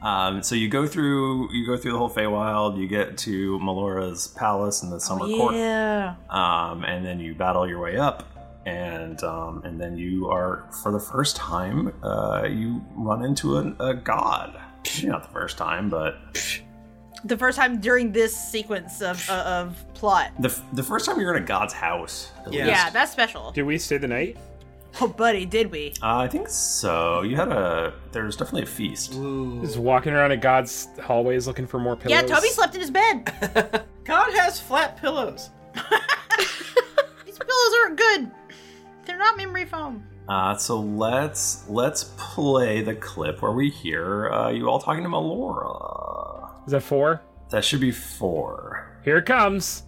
S1: Um, so you go through you go through the whole Feywild. You get to Melora's palace in the summer
S2: Oh,
S1: court.
S3: yeah.
S1: um, and then you battle your way up, and um, and then you are for the first time uh, you run into an, a god. Not the first time, but
S3: The first time during this sequence of uh, of plot.
S1: The, f- the first time you're in a god's house. at
S3: Yeah,
S1: least.
S3: that's special.
S1: Did we stay the night?
S3: Oh, buddy, did we?
S1: Uh, I think so. You had a. There's definitely a feast.
S5: Just walking around in God's hallways looking for more pillows.
S3: Yeah, Toby slept in his bed.
S2: God has flat pillows.
S3: These pillows aren't good. They're not memory foam.
S1: Uh, so let's let's play the clip where we hear uh, you all talking to Melora.
S5: Is that four?
S1: That should be four.
S5: Here it comes.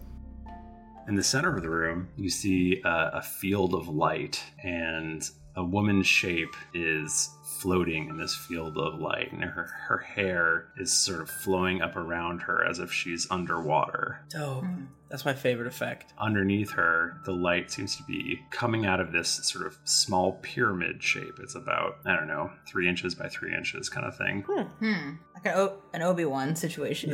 S1: In the center of the room, you see uh, a field of light, and a woman's shape is floating in this field of light, and her her hair is sort of flowing up around her as if she's underwater.
S2: Dope. That's my favorite effect.
S1: underneath her, the light seems to be coming out of this sort of small pyramid shape. It's about, I don't know, three inches by three inches kind of thing.
S16: Hmm. Like an, o- an Obi Wan situation.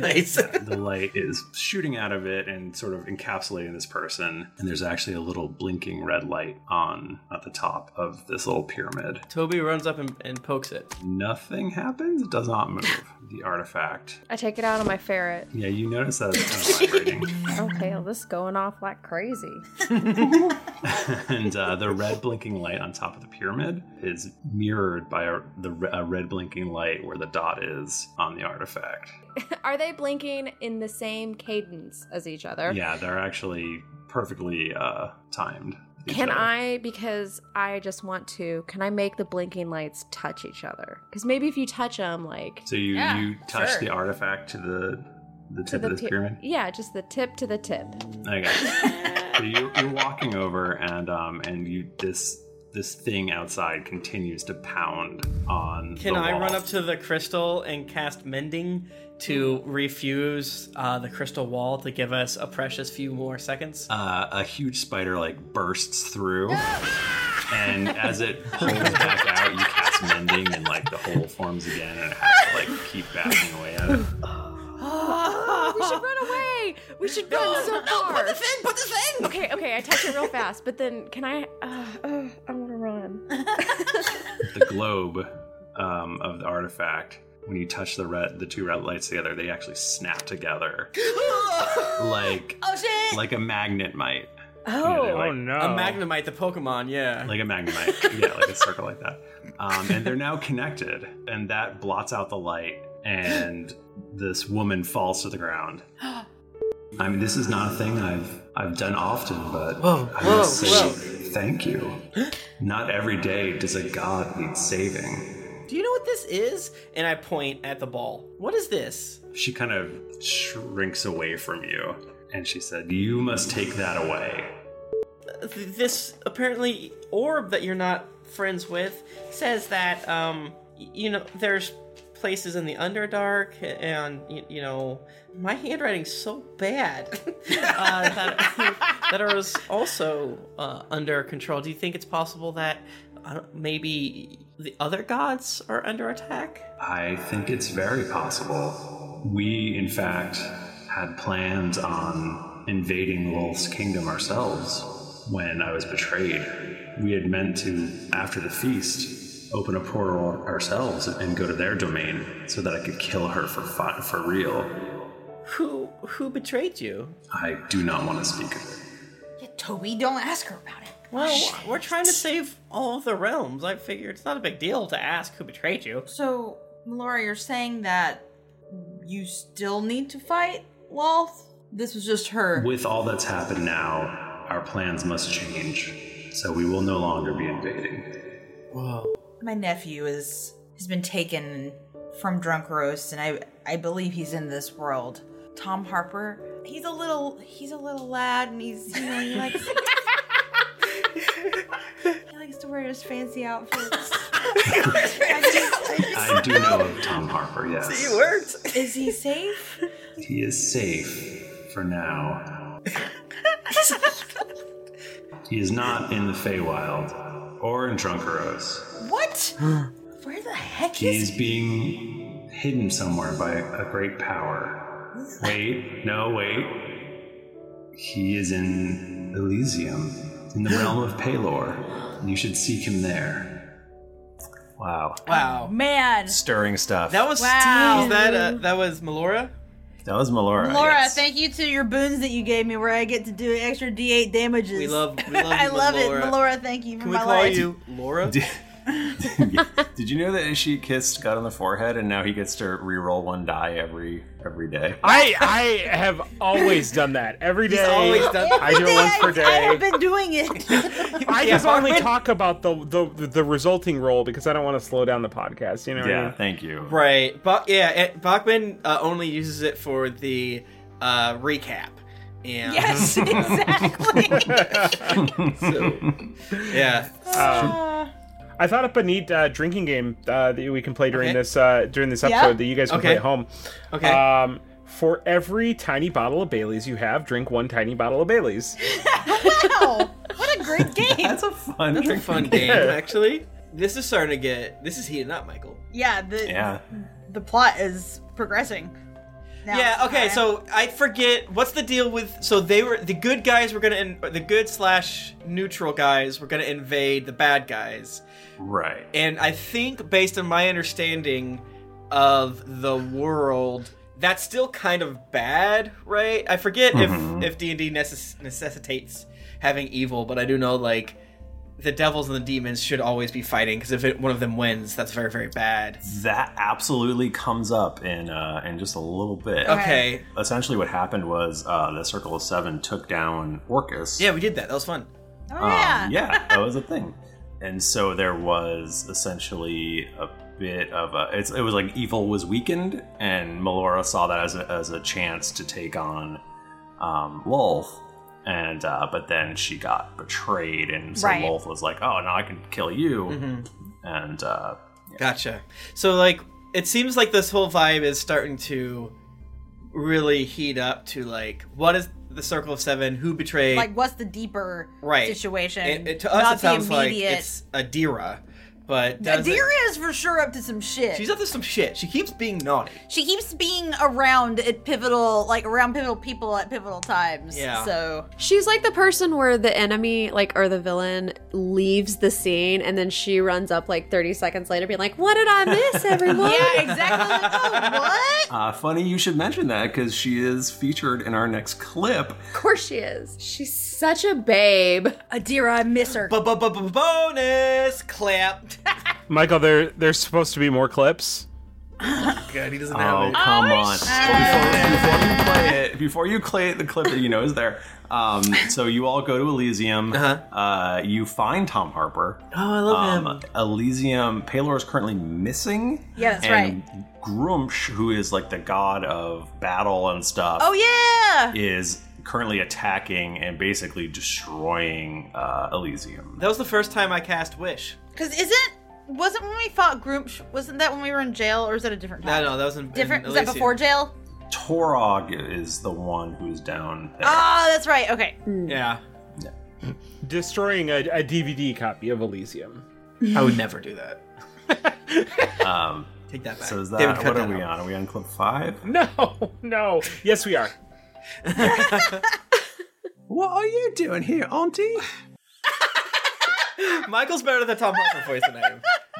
S1: the light is shooting out of it and sort of encapsulating this person. And there's actually a little blinking red light on at the top of this little pyramid.
S2: Toby runs up and, and pokes it.
S1: Nothing happens. It does not move. the artifact.
S9: I take it out on my ferret.
S1: Yeah, you notice that it's kind of vibrating.
S9: Okay, well, this is going off like crazy.
S1: and uh, the red blinking light on top of the pyramid is mirrored by a, the re- a red blinking light where the dot is on the artifact.
S16: Are they blinking in the same cadence as each other?
S1: Yeah, they're actually perfectly uh, timed. with each
S9: Can
S1: other.
S9: I, because I just want to, can I make the blinking lights touch each other? Because maybe if you touch them, like.
S1: So you
S9: Yeah,
S1: you touch
S9: sure.
S1: the artifact to the the tip of this
S9: pi-
S1: pyramid.
S9: Yeah, just the tip to the tip.
S1: Okay. so you, you're walking over, and um, and you this this thing outside continues to pound on.
S2: Can
S1: the
S2: I
S1: wall.
S2: run up to the crystal and cast mending to refuse uh, the crystal wall to give us a precious few more seconds?
S1: uh, a huge spider like bursts through, and as it pulls back out, you cast mending, and like the hole forms again, and it has to like keep backing away at it.
S9: we should run away. We should run
S16: No,
S9: so
S16: no,
S9: far.
S16: put the thing,
S9: Put the thing. Okay, okay. I touch it real fast, but then can I? Uh, uh, I want to run.
S1: The globe um, of the artifact, when you touch the red, the two red lights together, they actually snap together, like
S16: Oh, shit.
S1: like a magnet might,
S2: Oh,
S1: like-
S2: A magnemite, the Pokemon, yeah.
S1: like a magnemite, yeah, like a circle like that. Um, and they're now connected, and that blots out the light, and this woman falls to the ground. I mean, this is not a thing I've I've done often, but I
S2: whoa,
S1: must say
S2: whoa.
S1: thank you. Not every day does a god need saving.
S2: Do you know what this is? And I point at the ball. What is this?
S1: She kind of shrinks away from you, and she said, "You must take that away."
S2: Uh, th- This apparently orb that you're not friends with says that um y- you know there's places in the underdark and you, you know my handwriting's so bad uh, that, that are s- also uh, under control. Do you think it's possible that uh, maybe the other gods are under attack?
S1: I think it's very possible. We, in fact, had plans on invading Lul's kingdom ourselves when I was betrayed. We had meant to, after the feast, open a portal ourselves and go to their domain so that I could kill her for fi- for real.
S2: Who who betrayed you?
S1: I do not want to speak of it.
S16: Yeah, Toby, don't ask her about it.
S2: Well, we're trying to save all of the realms. I figured it's not a big deal to ask who betrayed you.
S16: So,
S3: Laura, you're saying that you still need to fight Loth? This was just her.
S1: With all that's happened now, our plans must change, so we will no longer be invading.
S2: Whoa.
S16: my nephew is has been taken from drunk roast, and I I believe he's in this world.
S3: Tom Harper. He's a little he's a little lad and he's you know he likes He likes to wear his fancy outfits.
S1: I do know of Tom Harper, yes.
S3: It worked. Is he safe?
S1: He is safe for now. He is not in the Feywild or in Drunkeros.
S16: What? Where the heck
S1: He
S16: is
S1: is being hidden somewhere by a great power. Wait, no, wait. He is in Elysium, in the realm of Palor. You should seek him there. Wow.
S2: Wow.
S3: Man.
S1: Stirring stuff.
S2: That was
S3: Wow.
S2: Steve. That uh, that was Melora.
S1: That was Melora.
S3: Laura, thank you to your boons that you gave me, where I get to do extra D8 damages.
S1: We love- we love
S3: I
S1: you,
S3: love
S1: Melora.
S3: it, Laura. Thank you for my life.
S2: Laura?
S1: Did, did you know that she kissed God on the forehead, and now he gets to re-roll one die every every day?
S5: I I have always done that every
S1: He's
S5: day.
S1: always done that.
S5: I do it once per
S3: I have
S5: day.
S3: been doing it.
S5: I
S3: Yeah.
S5: just only talk about the, the the resulting roll because I don't want to slow down the podcast. You know. what I mean?
S1: thank you.
S2: Right, ba- yeah, it, Bachman uh, only uses it for the uh, recap. And
S3: Yes, exactly.
S2: yeah.
S1: Uh,
S3: Ah.
S5: Um, I thought up a neat uh, drinking game uh, that we can play during
S2: Okay.
S5: this uh, during this
S2: Yeah.
S5: episode that you guys can
S2: Okay.
S5: play at home.
S2: Okay.
S5: Um, for every tiny bottle of Bailey's you have, drink one tiny bottle of Bailey's.
S3: wow, what a great game. That's
S1: a fun,
S2: That's a fun game, actually. This is starting to get. This is heating up, Michael.
S3: Yeah, the the plot is progressing. Now.
S2: yeah. Okay.
S3: Alright.
S2: So I forget what's the deal with. So they were the good guys were gonna in, the good slash neutral guys were gonna invade the bad guys,
S1: right?
S2: And I think based on my understanding of the world, that's still kind of bad, right? I forget
S1: Mhm.
S2: if if D and D necessitates having evil, but I do know like. The devils and the demons should always be fighting because if it, one of them wins, that's very, very bad.
S1: That absolutely comes up in uh, in just a little bit.
S2: Okay.
S1: Essentially, what happened was uh, the Circle of Seven took down Orcus.
S2: Yeah, we did that. That was fun.
S3: Oh
S1: yeah, yeah, that was a thing. And so there was essentially a bit of a. It's, it was like evil was weakened, and Melora saw that as a, as a chance to take on um, Lolth. And uh, but then she got betrayed, and so
S2: Right.
S1: Lolth was like, "Oh, now I can kill you."
S2: Mm-hmm.
S1: And uh,
S2: Gotcha. So like it seems like this whole vibe is starting to really heat up to like what is the circle of seven? Who betrayed?
S3: like, what's the deeper
S2: right
S3: situation?
S2: It- it- to us,
S3: not
S2: it sounds
S3: the
S2: like
S3: immediate.
S2: it's Adira, but doesn't-
S3: Adira is for sure up to some shit.
S2: she's up to some shit. She keeps being naughty.
S3: she keeps being around at pivotal, like around pivotal people at pivotal times.
S2: Yeah.
S3: So
S10: She's like the person where the enemy, like, or the villain leaves the scene and then she runs up like 30 seconds later being like, What did I miss, everyone? yeah,
S3: exactly.
S1: Uh, funny you should mention that because she is featured in our next clip.
S10: Of course she is. She's such a babe.
S3: Adira, I miss her.
S2: Bonus clap.
S5: Michael, there there's supposed to be more clips.
S2: God, he doesn't
S1: Oh,
S2: have it.
S1: come on. Oh, Well, before, before you play it, before you play it, the clip that you know is there. Um, so you all go to Elysium. Uh-huh. you find Tom Harper.
S2: Oh, I love
S8: Um,
S1: him. Elysium, Palor is currently missing.
S3: Yeah, that's
S1: and right. Grumsh, who is like the god of battle and stuff,
S3: Oh yeah.
S1: is currently attacking and basically destroying uh, Elysium.
S2: That was the first time I cast Wish.
S3: Because isn't wasn't when we fought Groomsh? Wasn't that when we were in jail, or is that a different
S1: No,
S3: time?
S1: no, that was in- in
S3: different. was that
S1: Elysium.
S3: before jail?
S1: Torog is the one who's down there.
S3: Ah, that's right. Okay.
S2: Yeah.
S5: Destroying a, a DVD copy of Elysium.
S2: I would never do that.
S1: Um,
S2: Take that back.
S1: So is
S5: They
S1: that
S5: would
S1: what
S5: cut
S1: are
S5: that
S1: we on? Are we on clip five?
S5: No,
S12: Oh,
S5: no. Yes, we are.
S1: What are you doing here, Auntie?
S2: Michael's better than Tom Harper voice than I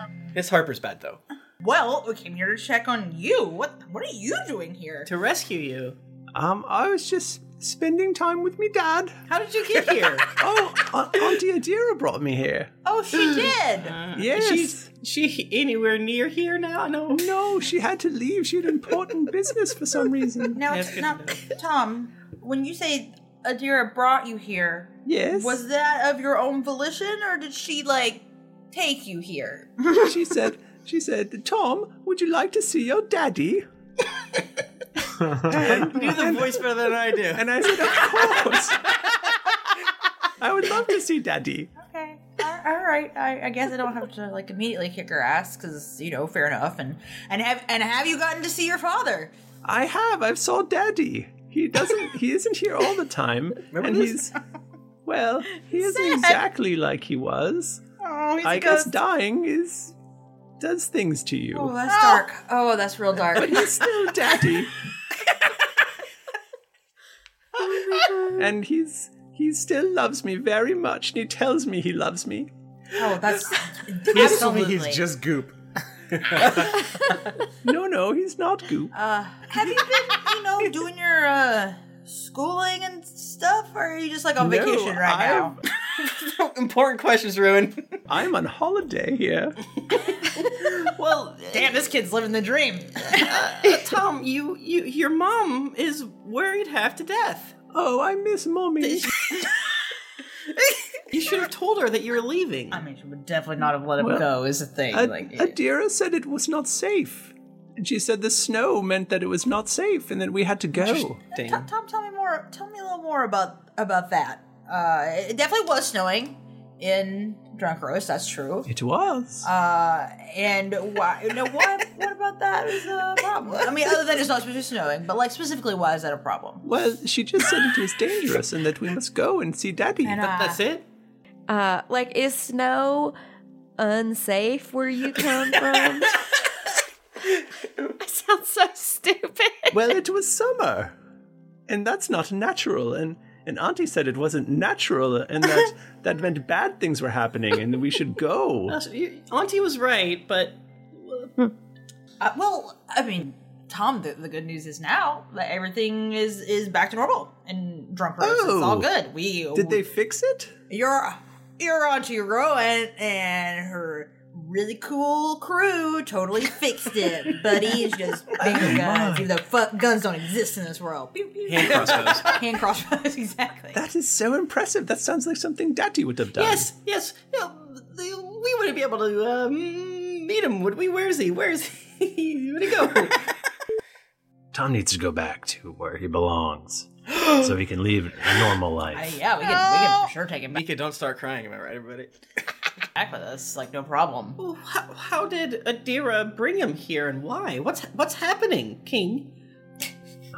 S2: am. His Harper's bad though.
S3: Well, we came here to check on you. What What are you doing here?
S2: To rescue you.
S12: Um, I was just spending time with me dad.
S3: How did you get here?
S12: oh, Aunt- Auntie Adira brought me here.
S3: Oh,
S16: Mm.
S3: she did.
S2: Uh,
S12: Yes.
S8: She's she anywhere near here now? No.
S12: No, she had to leave. She had important business for some reason.
S3: Now, t- now, Tom, Um, when you say Adira brought you here,
S12: Yes.
S3: was that of your own volition, or did she like take you here?
S12: she said, she said, Tom, would you like to see your daddy?
S2: You do the voice better than I do. And
S12: I said, of course. I would love to see daddy.
S3: Okay. All all right. I, I guess I don't have to like immediately kick her ass because you know, fair enough. And and have and have you gotten to see your father?
S12: I have. I've saw daddy. He doesn't, he isn't here all the time. and he's, well, he isn't
S3: Sad.
S12: exactly like he was.
S3: Oh, he's
S12: I
S3: a
S12: guess
S3: ghost.
S12: dying is, does things to you.
S3: Oh, that's dark. Oh, that's real dark.
S12: But he's still daddy.
S3: Oh
S12: and he's he still loves me very much and he tells me he loves me
S3: Oh, that's
S5: Please tell
S3: absolutely.
S5: me he's just goop.
S12: no, no, he's not goop.
S3: Uh, have you been, you know, doing your uh, schooling and stuff, or are you just like on
S12: No,
S3: vacation right now?
S2: Important questions, Ruin.
S12: I'm on holiday here.
S8: well,
S3: damn, this kid's living the dream.
S8: uh, Tom, you, you, your mom is worried half to death.
S12: Oh, I miss mommy.
S8: you should have told her that you were leaving. I
S3: mean, she would definitely not have let
S8: him
S12: Well,
S8: go.
S3: Is the thing
S12: A-
S3: like
S12: Adira said it was not safe. And she said the snow meant that it was not safe and that we had to go.
S3: Tom, Tom, tell me more. Tell me a little more about about that. Uh, it definitely was snowing in Drunk Roast. That's true.
S12: It was.
S3: Uh, and why? No, what? what about that is a problem? I mean, other than it's not supposed to be snowing, but like specifically, why is that a problem?
S12: Well, she just said it was dangerous and that we must go and see Daddy.
S10: And, But uh, that's
S12: it?
S10: Uh, like, is snow unsafe where you come from?
S12: I sound so stupid. Well, it was summer. And that's not natural. And and Auntie said it wasn't natural and that that meant bad things were happening and that we should go.
S8: Uh, you- Auntie was right, but
S3: Uh, well, I mean, Tom, the, the good news is now that everything is is back to normal and drunk roast. It's all
S12: Oh.
S3: good. We
S12: Did they fix it?
S3: You're you're onto your Rowan and her really cool crew totally fixed it, buddy. It's just finger guns, even though fuck guns don't exist in this world. Pew, pew.
S12: Hand crossbows.
S3: Hand crossbows, exactly.
S12: That is so impressive. That sounds like something Daddy would have done.
S8: yes, yes, no, the- we wouldn't be able to um, meet him, would we? Where is he? Where is he? Where'd he go?
S1: Tom needs to go back to where he belongs so he can live a normal life.
S3: yeah, we can, we can for sure take him
S2: back. Mika, don't start crying. Am I right, everybody?
S3: back with us, like no problem.
S8: Well, how, how did Adira bring him here, and why? What's what's happening, King?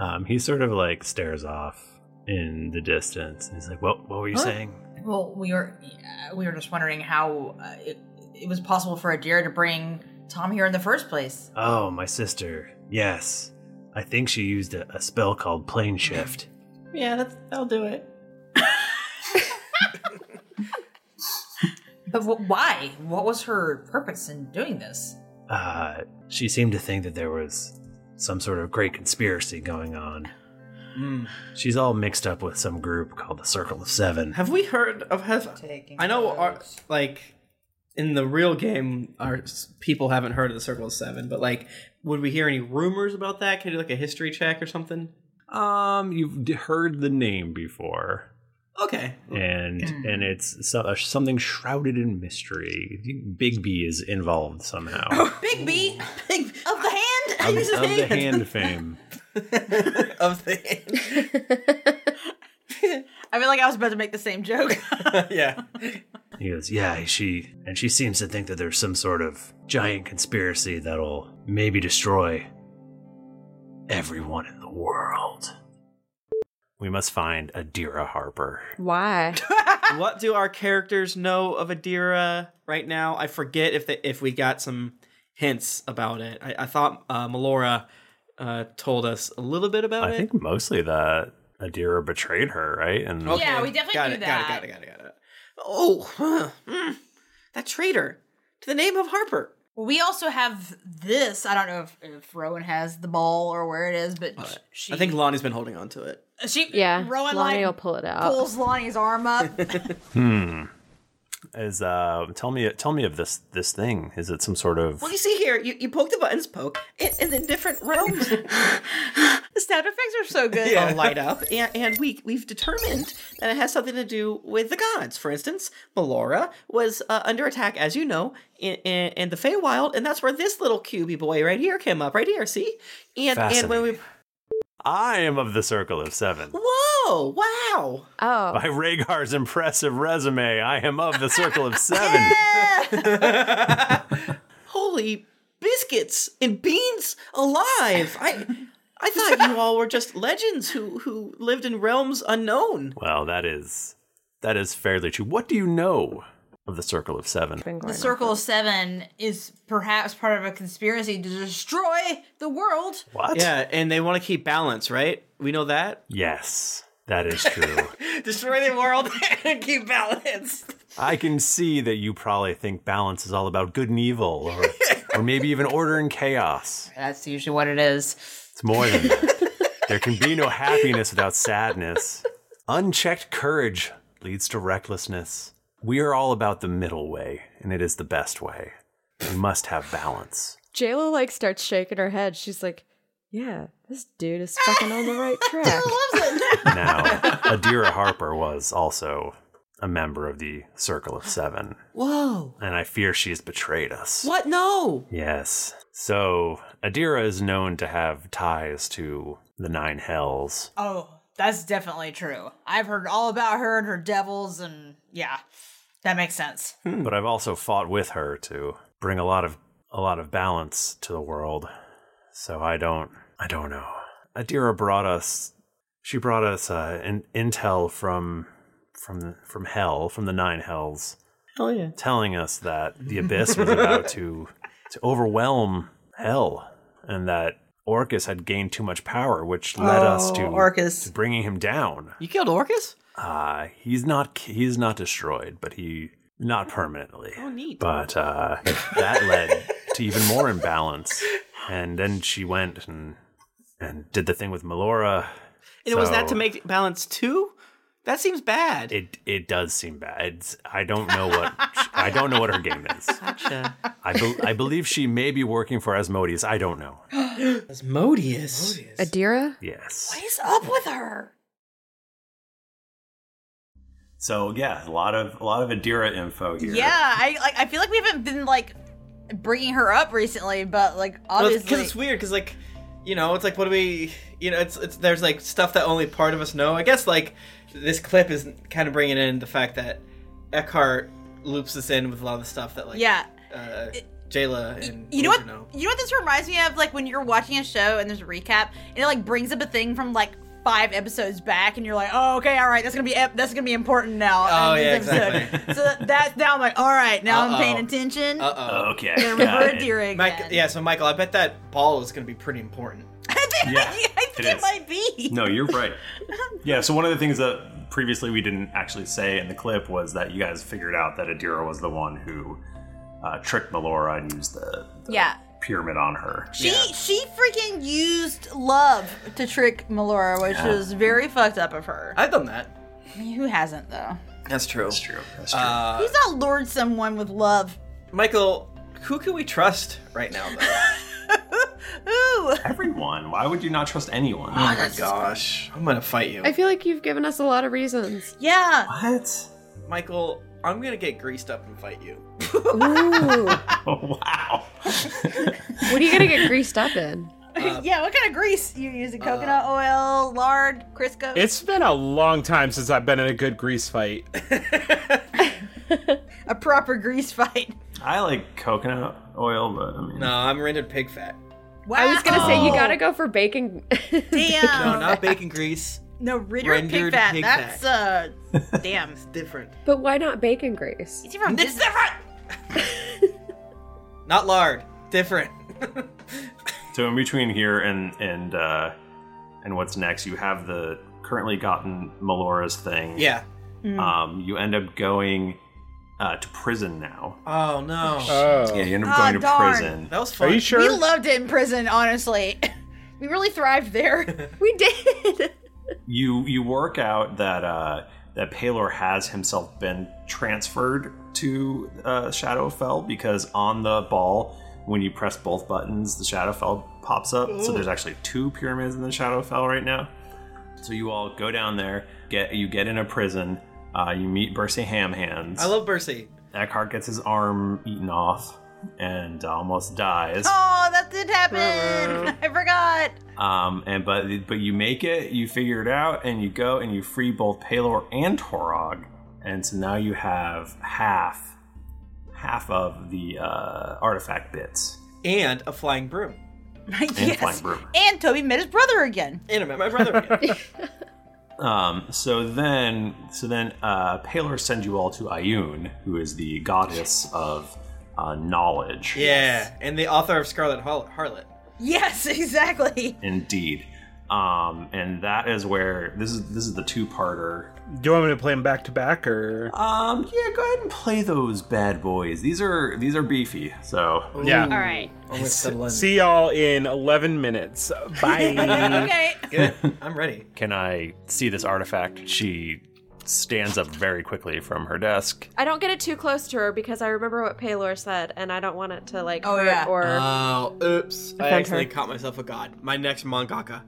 S1: Um, he sort of like stares off in the distance. and He's like, "What? What were you
S3: Huh?
S1: saying?"
S3: Well, we were uh, we were just wondering how uh, it, it was possible for Adira to bring Tom here in the first place.
S1: Oh, my sister. Yes, I think she used a, a spell called Plane Shift.
S8: Yeah, that's, that'll do it.
S3: But wh- why? What was her purpose in doing this?
S1: Uh, she seemed to think that there was some sort of great conspiracy going on. Hmm. She's all mixed up with some group called the Circle of Seven.
S8: Have we heard of have I know our like in the real game our s- people haven't heard of the Circle of 7, but like would we hear any rumors about that? Can you do like a history check or something?
S1: Um, you've d- heard the name before.
S8: Okay.
S1: And and it's so, uh, something shrouded in mystery. Big B is involved somehow.
S3: Big B, big of the
S1: of,
S3: hand.
S1: of the hand fame.
S2: of the hand.
S3: I feel like I was about to make the same joke.
S2: yeah.
S1: He goes, yeah, she and she seems to think that there's some sort of giant conspiracy that'll maybe destroy everyone in the world. We must find Adira Harper.
S8: Why? what do our characters know of Adira right now? I forget if they, if we got some hints about it. I, I thought uh, Melora uh, told us a little bit about
S1: I
S8: it.
S1: think mostly that Adira betrayed her, right? And
S8: Okay, got it, Got it, got it, got it, got it. Oh, huh. Mm. that traitor to the name of Harper.
S3: Well, we also have this. I don't know if, if Rowan has the ball or where it is, but sh- she,
S8: I think Lonnie's been holding on to it.
S3: she,
S8: Yeah,
S3: Rowan
S8: Lonnie
S3: like,
S8: will pull it out.
S3: Pulls Lonnie's arm up.
S1: Hmm. Is uh tell me tell me of this this thing. Is it some sort of
S8: Well, you see here, you, you poke the buttons, poke, and, and then different realms. the sound effects are so good.
S17: Yeah.
S8: They'll light up, and, and we we've determined that it has something to do with the gods. For instance, Melora was uh, under attack, as you know, in, in, in the Feywild, and that's where this little cubey boy right here came up. Right here, see? And and when we
S1: I am of the circle of seven.
S8: whoa, wow,
S18: oh,
S1: By Rhaegar's impressive resume, I am of the circle of seven.
S8: holy biscuits and beans alive! I I thought you all were just legends who who lived in realms unknown.
S1: well, that is that is fairly true. What do you know of the circle of seven?
S3: the Circle of Seven is perhaps part of a conspiracy to destroy the world.
S1: What?
S8: Yeah, and they want to keep balance, right? We know that.
S1: Yes, that is true.
S8: Destroy the world and keep balance.
S1: I can see that you probably think balance is all about good and evil or or maybe even order and chaos.
S19: That's usually what it is.
S1: It's more than that. there can be no happiness without sadness. Unchecked courage leads to recklessness. We are all about the middle way, and it is the best way. We must have balance.
S10: Jayla like starts shaking her head. She's like, "Yeah, this dude is fucking on the right track."
S1: Now, Adira Harper was also a member of the Circle of Seven,
S8: Whoa.
S1: and I fear she has betrayed us.
S8: What? No.
S1: Yes. So, Adira is known to have ties to the Nine Hells.
S3: Oh, that's definitely true. I've heard all about her and her devils, and yeah, that makes sense.
S8: Hmm.
S1: but I've also fought with her to bring a lot of a lot of balance to the world. So I don't I don't know. Adira brought us she brought us uh, an intel from from from hell from the nine hells.
S8: Hell yeah.
S1: Telling us that the abyss was about to to overwhelm hell and that Orcus had gained too much power, which led us
S8: Oh,
S1: to
S8: Orcus.
S1: to bringing him down.
S8: You killed Orcus?
S1: Uh, he's not he's not destroyed, but he not permanently.
S8: Oh, neat.
S1: But uh, that led to even more imbalance, and then she went and and did the thing with Melora.
S8: And it was
S1: So
S8: that to make balance two? That seems bad.
S1: It it does seem bad. It's- I don't know what I don't know what her game is.
S8: Gotcha.
S1: I bel I believe she may be working for Asmodeus. I don't know.
S8: Asmodeus.
S10: Adira?
S1: Yes.
S3: What is up with her?
S1: So yeah, a lot of a lot of Adira info here.
S3: Yeah, I like. I feel like we haven't been like bringing her up recently, but like
S2: Because
S3: obviously,
S2: it's weird. Because like, you know, it's like what do we? You know, it's it's there's like stuff that only part of us know. I guess like this clip is kind of bringing in the fact that Eckhart loops us in with a lot of the stuff that like
S3: yeah.
S2: uh, Jayla and
S3: You know what?
S2: Woodrow know.
S3: You know what this reminds me of? Like when you're watching a show and there's a recap, and it like brings up a thing from like five episodes back, and you're like, oh, okay, all right, that's gonna be ep- that's gonna be important now.
S1: Oh,
S3: in
S1: yeah,
S3: this episode." so that's now I'm like, all right, now I'm paying
S2: Uh-oh.
S3: attention.
S2: Uh oh. Okay.
S3: Yeah, remember got it. Adira
S2: Mike, yeah, so Michael, I bet that ball is going to be pretty important.
S1: yeah.
S3: I think it,
S1: is.
S3: might be.
S1: No, you're right. yeah, so one of the things that previously we didn't actually say in the clip was that you guys figured out that Adira was the one who uh, tricked Melora and used the
S3: Yeah.
S1: pyramid on her.
S3: She
S2: Oh
S3: she freaking used love to trick Melora, which
S1: Yeah.
S3: was very fucked up of her.
S2: I've done that.
S3: I mean, who hasn't though?
S2: That's true. That's true. That's
S1: true.
S3: Who's not lured someone with love?
S2: Uh, Michael, who can we trust right now, though?
S3: Ooh.
S1: Everyone. Why would you not trust anyone?
S2: Oh my gosh. I'm going to fight you.
S10: I feel like you've given us a lot of reasons.
S3: Yeah.
S1: What?
S2: Michael, I'm going to get greased up and fight you.
S10: Ooh.
S1: wow.
S10: What are you gonna get greased up in?
S3: yeah, what kind of grease you using? Coconut oil, lard, Crisco?
S5: It's been a long time since I've been in a good grease fight.
S3: a proper grease fight.
S1: I like coconut oil, but I mean.
S2: No, I'm rendered pig fat.
S10: I was gonna say you
S3: Wow.
S10: gotta go for bacon.
S2: No, not bacon grease.
S3: No, Ritter
S2: Rendered
S3: pig fat.
S2: pig
S3: That's uh, damn. It's
S2: different.
S10: But why not bacon grease?
S3: It's different. It's different.
S2: Not lard. Different.
S1: So in between here and and uh, and what's next, you have the currently gotten Melora's thing.
S2: Yeah. Mm.
S1: Um, you end up going uh, to prison now.
S2: Oh, no.
S1: Yeah, you end up
S3: Ah,
S1: going to
S3: darn.
S1: prison.
S2: That was
S3: We loved it in prison, honestly. We really thrived there. we did.
S1: you you work out that uh, that Palor has himself been transferred to uh, Shadowfell because on the ball, when you press both buttons, the Shadowfell pops up. So
S2: Mm.
S12: Ooh.
S1: there's actually two pyramids in the Shadowfell right now. So you all go down there, get you get in a prison. Uh, you meet Bursey Hamhands.
S2: I love Bercy.
S1: Eckhart gets his arm eaten off and almost dies.
S3: Oh, that did happen. I forgot.
S1: Um, and but but you make it, you figure it out, and you go and you free both Palor and Torog, and so now you have half half of the uh, artifact bits
S2: And a flying broom.
S1: and flying broom.
S3: And Toby met his brother again.
S2: And I met my brother again.
S1: Um, so then so then uh, Palor sends you all to Ayun, who is the goddess of uh, knowledge.
S2: Yeah. And the author of Scarlet Har- Harlot.
S3: Yes, exactly.
S1: Indeed. Um, and that is where this is this is the two parter
S5: Do you want me to play them back to back or?
S1: Um, yeah, go ahead and play those bad boys. These are these are beefy. So
S5: Yeah. See y'all in 11 minutes. Bye.
S3: okay.
S2: I'm ready.
S1: Can I see this artifact? She stands up very quickly from her desk.
S10: I don't get it too close to her because I remember what Paylor said, and I don't want it to like
S3: Oh,
S10: hurt
S3: yeah.
S10: or.
S2: Oh, oops! I
S10: Offend
S2: accidentally
S10: her.
S2: caught myself a god. My next mangaka.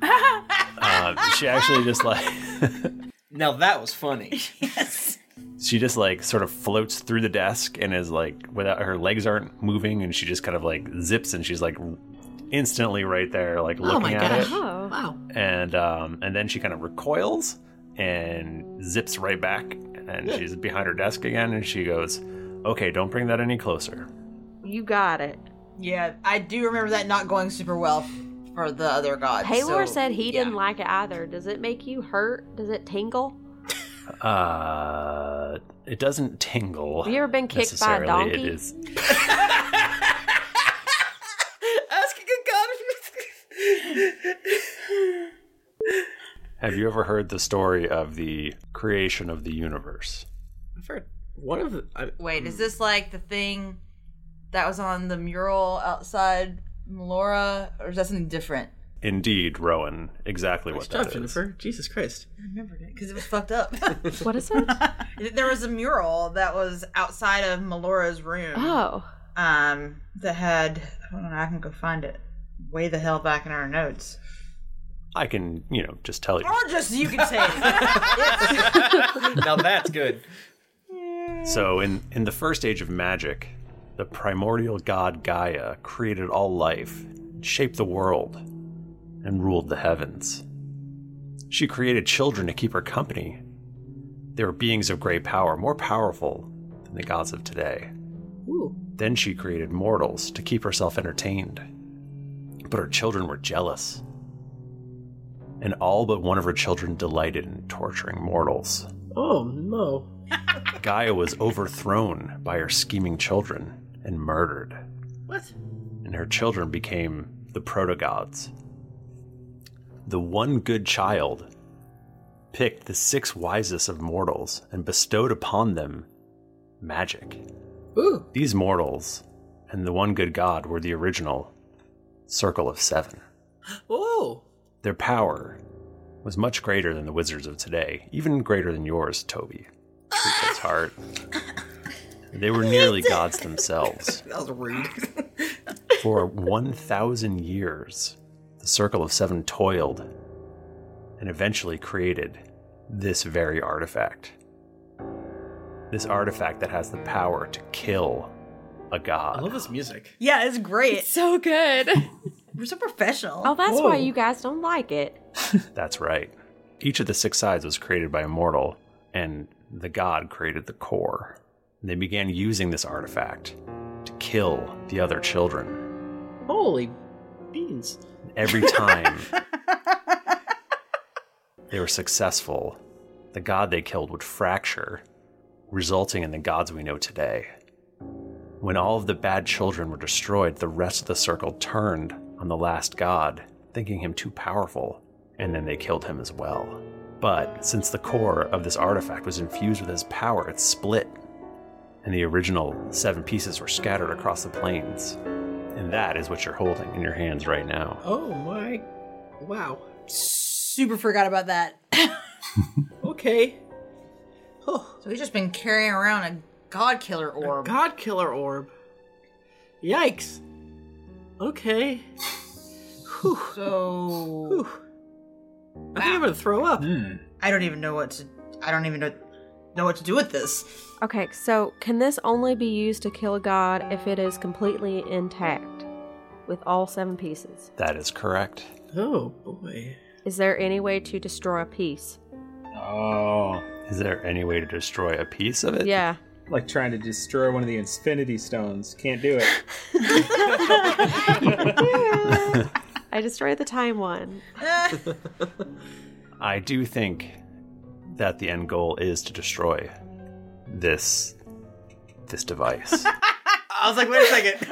S1: Uh, she actually just like
S2: Now that was funny.
S1: she just like sort of floats through the desk and is like without her legs aren't moving and she just kind of like zips and she's like instantly right there like looking at it.
S10: Oh.
S8: Wow.
S1: and um, and then she kind of recoils and zips right back, and she's behind her desk again, and she goes, "Okay, don't bring that any closer."
S10: You got it.
S3: Yeah, I do remember that not going super well for the other gods.
S10: Paylor
S3: so-
S10: said he didn't like it either. Does it make you hurt? Does it tingle?
S1: Uh, it doesn't tingle.
S10: Have you ever been kicked by a
S1: necessarily. It
S10: donkey?
S1: is.
S8: Asking a god.
S1: Have you ever heard the story of the creation of the universe?
S2: I've heard one of the. I,
S3: Wait,
S10: Hmm.
S3: is this like the thing that was on the mural outside Melora, or is that something different?
S1: Indeed, Rowan. Exactly what
S2: job,
S1: that is.
S2: Jennifer? Jesus Christ!
S3: I remembered it because it was fucked up.
S10: what is it?
S3: There was a mural that was outside of Melora's room.
S10: Oh.
S3: Um, that had. Hold on, I can go find it. Way the hell back in our notes.
S1: I can, you know, just tell you.
S3: Or just you can say it.
S2: now that's good.
S1: So in in the first age of magic, the primordial god Gaia created all life, shaped the world, and ruled the heavens. She created children to keep her company. They were beings of great power, more powerful than the gods of today.
S2: Ooh.
S1: Then she created mortals to keep herself entertained. But her children were jealous. And all but one of her children delighted in torturing mortals.
S2: Oh no!
S1: Gaia was overthrown by her scheming children and murdered,
S2: What?
S1: and her children became the protogods. The one good child picked the six wisest of mortals and bestowed upon them magic.
S2: Ooh.
S1: These mortals and the one good god were the original Circle of Seven.
S2: Oh.
S1: Their power was much greater than the wizards of today, even greater than yours, Toby. Truthful's heart. They were nearly gods themselves.
S2: That was rude.
S1: For 1,000 years, the Circle of Seven toiled and eventually created this very artifact. This artifact that has the power to kill a god.
S2: I love this music.
S3: yeah, it's great. It's
S10: so good.
S3: We're so professional.
S10: Oh, that's why you guys don't like it.
S1: That's right. Each of the six sides was created by a mortal, and the god created the core. And they began using this artifact to kill the other children.
S2: Holy beans!
S1: Every time they were successful, the god they killed would fracture, resulting in the gods we know today. When all of the bad children were destroyed, the rest of the circle turned on the last god, thinking him too powerful, and then they killed him as well. But since the core of this artifact was infused with his power, it split, and the original seven pieces were scattered across the plains. And that is what you're holding in your hands right now.
S2: Oh my! Wow.
S3: Super forgot about that.
S2: okay. Oh.
S3: So he's just been carrying around a god killer orb.
S2: god killer orb. Yikes. Okay.
S3: So
S2: I think I'm gonna throw up.
S3: I don't even know what to. I don't even know, know what to do with this.
S10: Okay, so can this only be used to kill a god if it is completely intact with all seven pieces?
S1: That is correct.
S2: Oh boy.
S10: Is there any way to destroy a piece?
S1: Oh. Is there any way to destroy a piece of it?
S10: Yeah.
S5: Like trying to destroy one of the Infinity Stones. Can't do it.
S10: I destroyed the time one.
S1: I do think that the end goal is to destroy this this device.
S2: I was like, wait a second.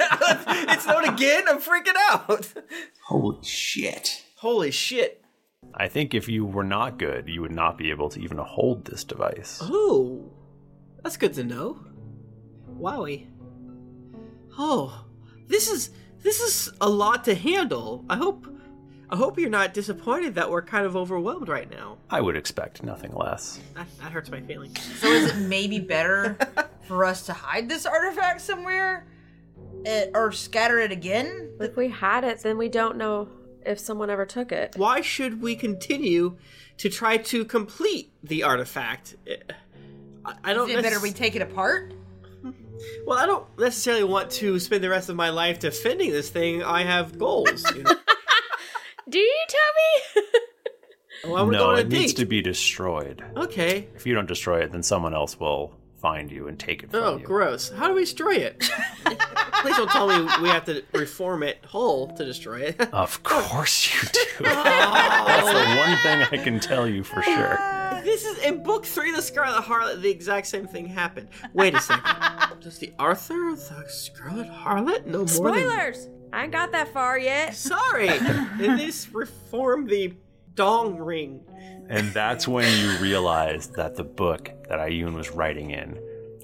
S2: it's not again. I'm freaking out.
S1: Holy shit.
S2: Holy shit.
S1: I think if you were not good, you would not be able to even hold this device.
S2: Oh, that's good to know. Wowie.
S8: Oh, this is this is a lot to handle. I hope I hope you're not disappointed that we're kind of overwhelmed right now.
S1: I would expect nothing less.
S8: That, that hurts my feelings.
S3: So is it maybe better for us to hide this artifact somewhere, Eh, or scatter it again?
S10: If we had it, then we don't know if someone ever took it.
S8: Why should we continue to try to complete the artifact? I, I don't.
S3: Is it better
S8: necess-
S3: we take it apart?
S8: Well, I don't necessarily want to spend the rest of my life defending this thing. I have goals. You know?
S10: Do you, Toby?
S8: well, we're
S1: no,
S8: going on a
S1: it needs
S8: date.
S1: to be destroyed.
S8: Okay.
S1: If you don't destroy it, then someone else will find you and take it from
S8: Oh,
S1: you.
S8: gross! How do we destroy it? Please don't tell me we have to reform it whole to destroy it.
S1: Of course you do.
S8: Oh.
S1: That's the one thing I can tell you for sure.
S8: This is in book three, the Scarlet Harlot. The exact same thing happened. Wait a second. Does the Arthur of the Scarlet Harlot no more?
S10: Spoilers! I ain't got that far yet.
S8: Sorry. Than... Did this reform the dong ring?
S1: And that's when you realize that the book that Ayun was writing in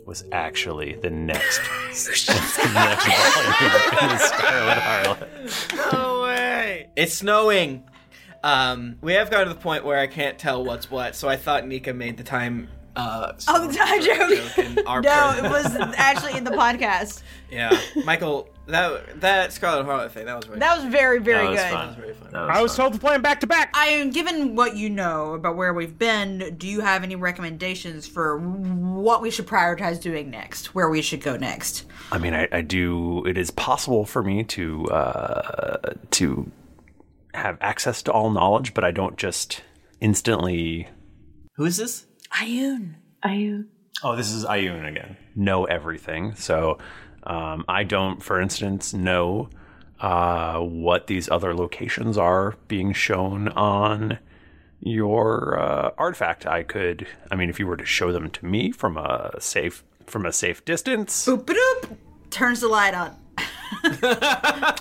S1: was actually the next, the next volume in the Scarlet Harlot.
S8: No way. It's snowing. Um, we have gotten to the point where I can't tell what's what, so I thought Nika made the time. Uh,
S3: Oh, the time joke.
S8: in our
S3: No,
S8: present.
S3: it was actually in the podcast.
S8: Yeah, Michael, that that Scarlet Harlot thing, that was right.
S3: That was very, very
S8: That was
S3: good.
S8: fun. That was very fun.
S5: I was told to play them back to back.
S3: I am given what you know about where we've been. Do you have any recommendations for what we should prioritize doing next? Where we should go next?
S1: I mean, I, I do. It is possible for me to uh, to have access to all knowledge, but I don't just instantly.
S8: Who is this?
S3: Ayun.
S10: Ayun.
S1: Oh, this is Ayun again. Know everything. So um, I don't, for instance, know uh, what these other locations are being shown on your uh, artifact. I could. I mean, if you were to show them to me from a safe from a safe distance.
S3: Turns the light on.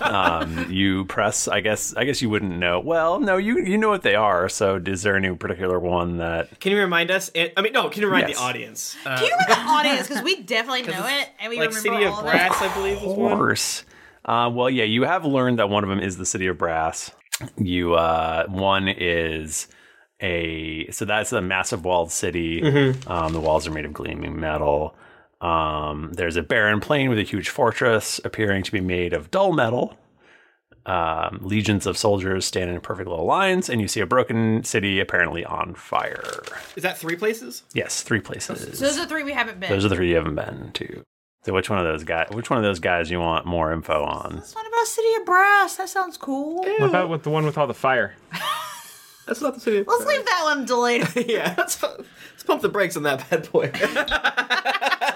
S1: um, you press. I guess. I guess you wouldn't know. Well, no, you you know what they are. So, is there any particular one that?
S8: Can you remind us? And- I mean, no. Can you remind
S1: Yes.
S8: the audience?
S2: Uh,
S3: Do you remember the audience? Because we definitely know it, and we
S8: like
S3: remember
S8: City of
S3: all
S8: Brass,
S3: That.
S8: I believe, was
S1: Of
S8: one.
S1: course. Uh, well, yeah, you have learned that one of them is the city of brass. You uh, one is a so that's a massive walled city.
S8: Mhm.
S1: Um, the walls are made of gleaming metal. Um, there's a barren plain with a huge fortress appearing to be made of dull metal. Um, legions of soldiers stand in perfect little lines, and you see a broken city apparently on fire.
S8: Is that three places?
S1: Yes, three places.
S3: So those are three we haven't been.
S1: Those are the three you haven't been to. So which one of those guys? Which one of those guys you want more info on?
S3: What about City of Brass? That sounds cool.
S5: What about with the one with all the fire?
S8: That's not the city.
S3: Let's leave that one to later.
S8: yeah, let's, let's pump the brakes on that bad boy.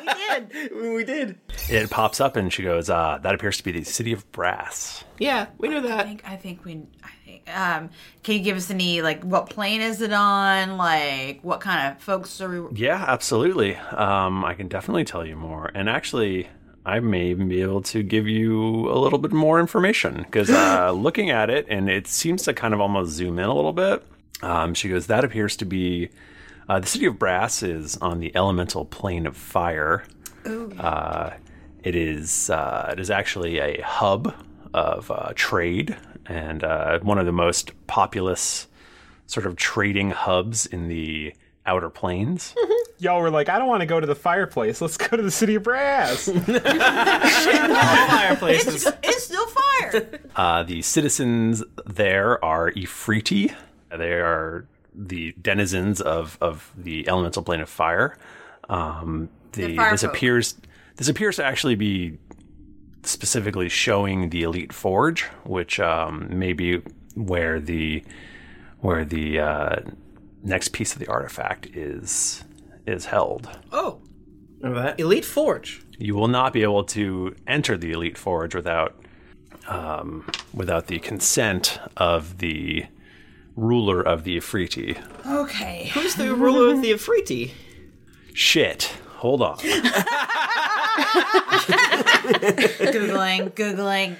S3: we did.
S8: we did.
S1: It pops up and she goes, "Ah, that appears to be the city of brass."
S8: Yeah, we know that.
S3: I think, I think we. I think. Um, can you give us any like what plane is it on? Like what kind of folks are we?
S1: Yeah, absolutely. Um, I can definitely tell you more, and actually, I may even be able to give you a little bit more information because uh, looking at it, and it seems to kind of almost zoom in a little bit. Um, she goes, "That appears to be uh, the city of brass is on the elemental plane of fire." Uh, it is uh, it is actually a hub of uh, trade and uh, one of the most populous sort of trading hubs in the outer plains.
S5: Y'all were like, I don't want to go to the fireplace. Let's go to the city of brass.
S1: Fireplaces.
S3: It's still fire.
S1: Uh, the citizens there are Ifriti. They are the denizens of, of the elemental plane of fire. Um, the,
S16: fire
S1: this
S16: folk.
S1: appears this appears to actually be specifically showing the elite forge, which um, may be where the where the uh, next piece of the artifact is is held.
S8: Oh, Elite Forge.
S1: You will not be able to enter the Elite Forge without um, without the consent of the ruler of the Ifriti.
S3: Okay.
S8: Who's the ruler of the Afriti?
S1: Shit. Hold on.
S3: googling, googling.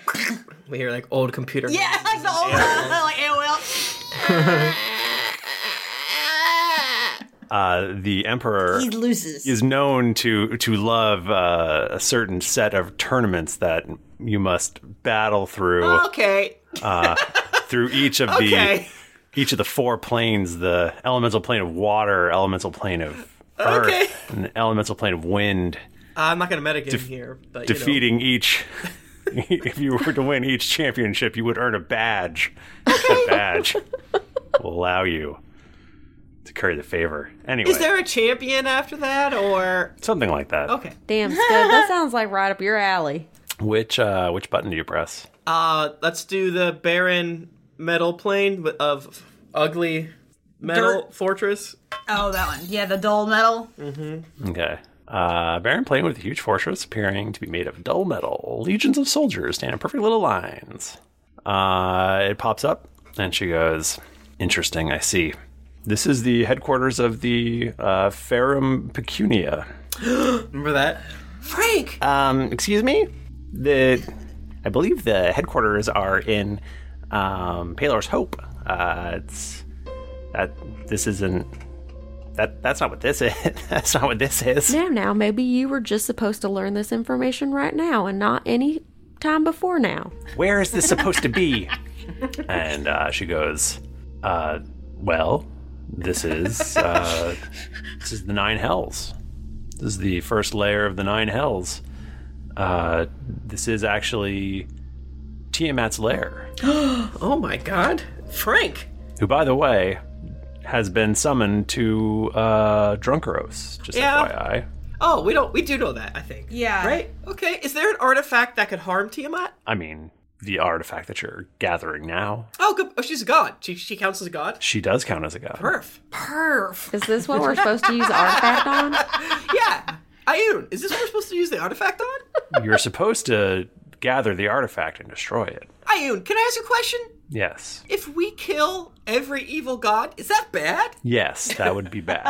S8: We hear like old computer.
S3: Yeah, like the old like AOL.
S1: uh, the emperor
S3: He loses.
S1: is known to to love uh, a certain set of tournaments that you must battle through
S8: Oh.
S2: Okay.
S1: uh, through each of
S2: Okay.
S1: the each of the four planes: the elemental plane of water, elemental plane of earth,
S2: Okay.
S1: and the elemental plane of wind.
S2: Uh, I'm not going to metagame
S1: Def-
S2: here, but you know.
S1: defeating each. if you were to win each championship, you would earn a badge. That badge will allow you to curry the favor. Anyway,
S2: Is there a champion after that, or
S1: something like that.
S2: okay?
S8: Damn, Sid, that sounds like right up your alley.
S1: Which uh, which button do you press?
S2: Uh, let's do the barren metal plane with- of ugly metal fortress.
S3: Oh, that one. Yeah, the dull metal.
S2: Mm-hmm.
S1: Okay. Uh, Baron playing with a huge fortress appearing to be made of dull metal. Legions of soldiers stand in perfect little lines. Uh, it pops up, and she goes, Interesting, I see. This is the headquarters of the uh, Ferrum Pecunia.
S2: Remember that? Frank!
S1: Um, excuse me? The I believe the headquarters are in um, Palor's Hope. Uh, it's that this isn't that that's not what this is. that's not what this is.
S10: Now, now, maybe you were just supposed to learn this information right now and not any time before now.
S1: where is this supposed to be? and uh, she goes, uh, well, this is uh, this is the nine hells. This is the first layer of the nine hells. Uh, this is actually Tiamat's lair,
S2: oh my god. Frank!
S1: who, by the way, has been summoned to uh, Drunkeros. Just
S2: Yeah.
S1: FYI,
S2: Oh, we don't we do know that, I think. Yeah. Right? Okay. Is there an artifact that could harm Tiamat?
S1: I mean the artifact that you're gathering now.
S2: Oh, good. Oh, she's a god. She, she counts as a god.
S1: She does count as a god.
S2: Perf. Perf.
S10: Is this what we're supposed to use artifact on?
S2: Yeah. Ayun, is this what we're supposed to use the artifact on?
S1: You're supposed to gather the artifact and destroy it.
S2: Ayun, can I ask you a question?
S1: Yes.
S2: If we kill every evil god, is that bad?
S1: Yes, that would be bad.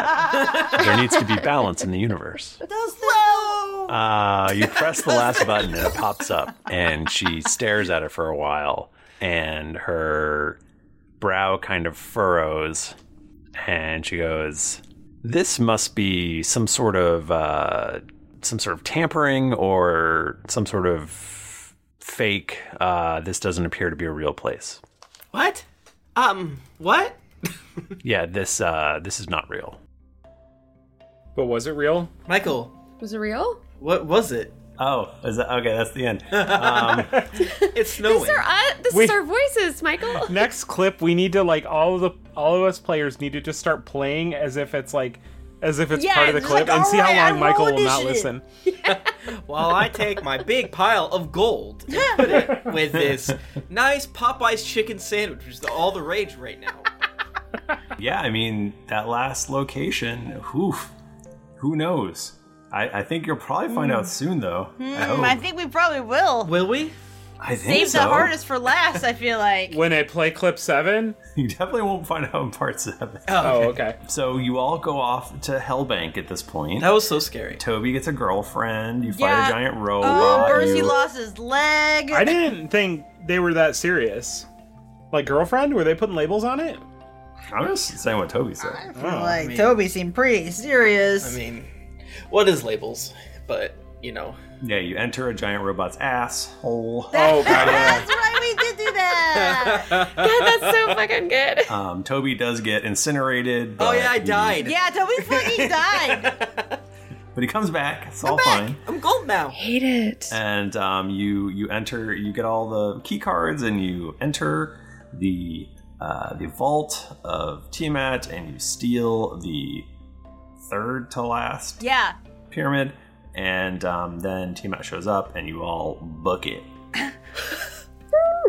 S1: there needs to be balance in the universe.
S2: Does well,
S1: Uh, you press the last button and it pops up, and she stares at it for a while, and her brow kind of furrows, and she goes, "This must be some sort of uh, some sort of tampering or some sort of fake. Uh, this doesn't appear to be a real place.
S2: What? Um, what?
S1: Yeah, this uh, this is not real."
S5: But was it real?
S2: Michael.
S10: Was it real?
S2: What was it?
S20: Oh, is that okay? That's the end. Um,
S2: it's
S10: These are, uh, this
S5: We-
S10: is our voices, Michael.
S5: Next clip, we need to like all of the all of us players need to just start playing as if it's like as if it's
S2: Yeah,
S5: part of the
S2: it's
S5: clip
S2: like,
S5: and see how
S2: alright,
S5: long
S2: I'm
S5: Michael
S2: rolling
S5: will not
S2: initiative.
S5: listen.
S2: While I take my big pile of gold and put it with this nice Popeye's chicken sandwich, which is the, all the rage right now.
S20: yeah, I mean that last location. Whew, who knows? I, I think you'll probably find
S3: Hmm.
S20: out soon, though. I
S3: Hmm,
S20: hope.
S3: I think we probably will.
S2: Will we?
S20: Oh. I think
S3: Save
S20: so.
S3: the hardest for last, I feel like.
S5: When I play clip seven,
S20: you definitely won't find out in part seven.
S5: Oh, okay.
S20: So you all go off to Hellbank at this point.
S2: That was so scary.
S20: Toby gets a girlfriend. You fight
S3: Yeah.
S20: a giant
S3: Oh,
S20: robot.
S3: Bercy
S20: you-
S3: lost his leg.
S5: I didn't think they were that serious. Like girlfriend, were they putting labels on it?
S20: I'm just saying what Toby said.
S3: I feel like
S20: Oh,
S3: Toby seemed pretty serious.
S2: I mean, what is labels? But you know,
S20: Yeah, you enter a giant robot's asshole.
S5: Oh god.
S3: That's right, we did do that.
S10: that's so fucking good.
S20: Um, Toby does get incinerated.
S2: Oh,
S20: but
S2: yeah, I
S20: he-
S2: died.
S3: Yeah, Toby fucking died.
S20: but he comes back. It's all fine.
S2: I'm gold now.
S10: Hate it.
S20: And um, you you enter. You get all the key cards, and you enter the uh, the vault of Tiamat, and you steal the third to last
S3: Yeah.
S20: pyramid. And um, then Tiamat shows up, and you all book it.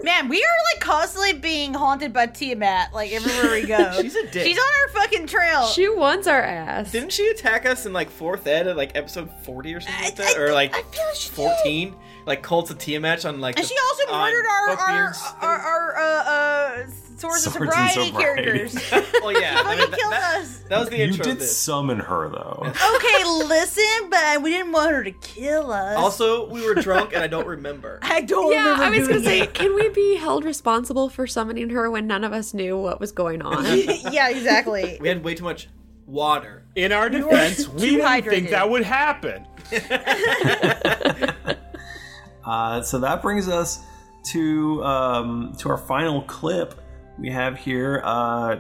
S3: Man, we are like constantly being haunted by Tiamat, like everywhere we go.
S2: She's a dick.
S3: She's on our fucking trail.
S10: She wants our ass.
S2: Didn't she attack us in like fourth ed, at, like episode forty or something like that, or like fourteen? Like Colts of Tiamat on like.
S3: and
S2: the-
S3: she also
S2: on
S3: murdered our our,
S2: Buckbeard's-
S3: our our uh, uh
S20: Swords
S3: swords, of
S20: and
S3: sobriety
S20: Sobriety.
S3: characters.
S2: well, yeah,
S3: she fucking killed us.
S2: That was the
S20: you
S2: intro of
S20: did
S2: this.
S20: summon her though.
S3: Okay, listen, but we didn't want her to kill us.
S2: Also, we were drunk and I don't remember.
S3: I don't
S10: yeah,
S3: remember
S10: I was
S3: doing
S10: gonna say, can we be held responsible for summoning her when none of us knew what was going on?
S3: yeah, exactly.
S2: We had way too much water.
S5: In our defense, we didn't think that would happen.
S21: Uh, so that brings us to um, to our final clip we have here. Uh,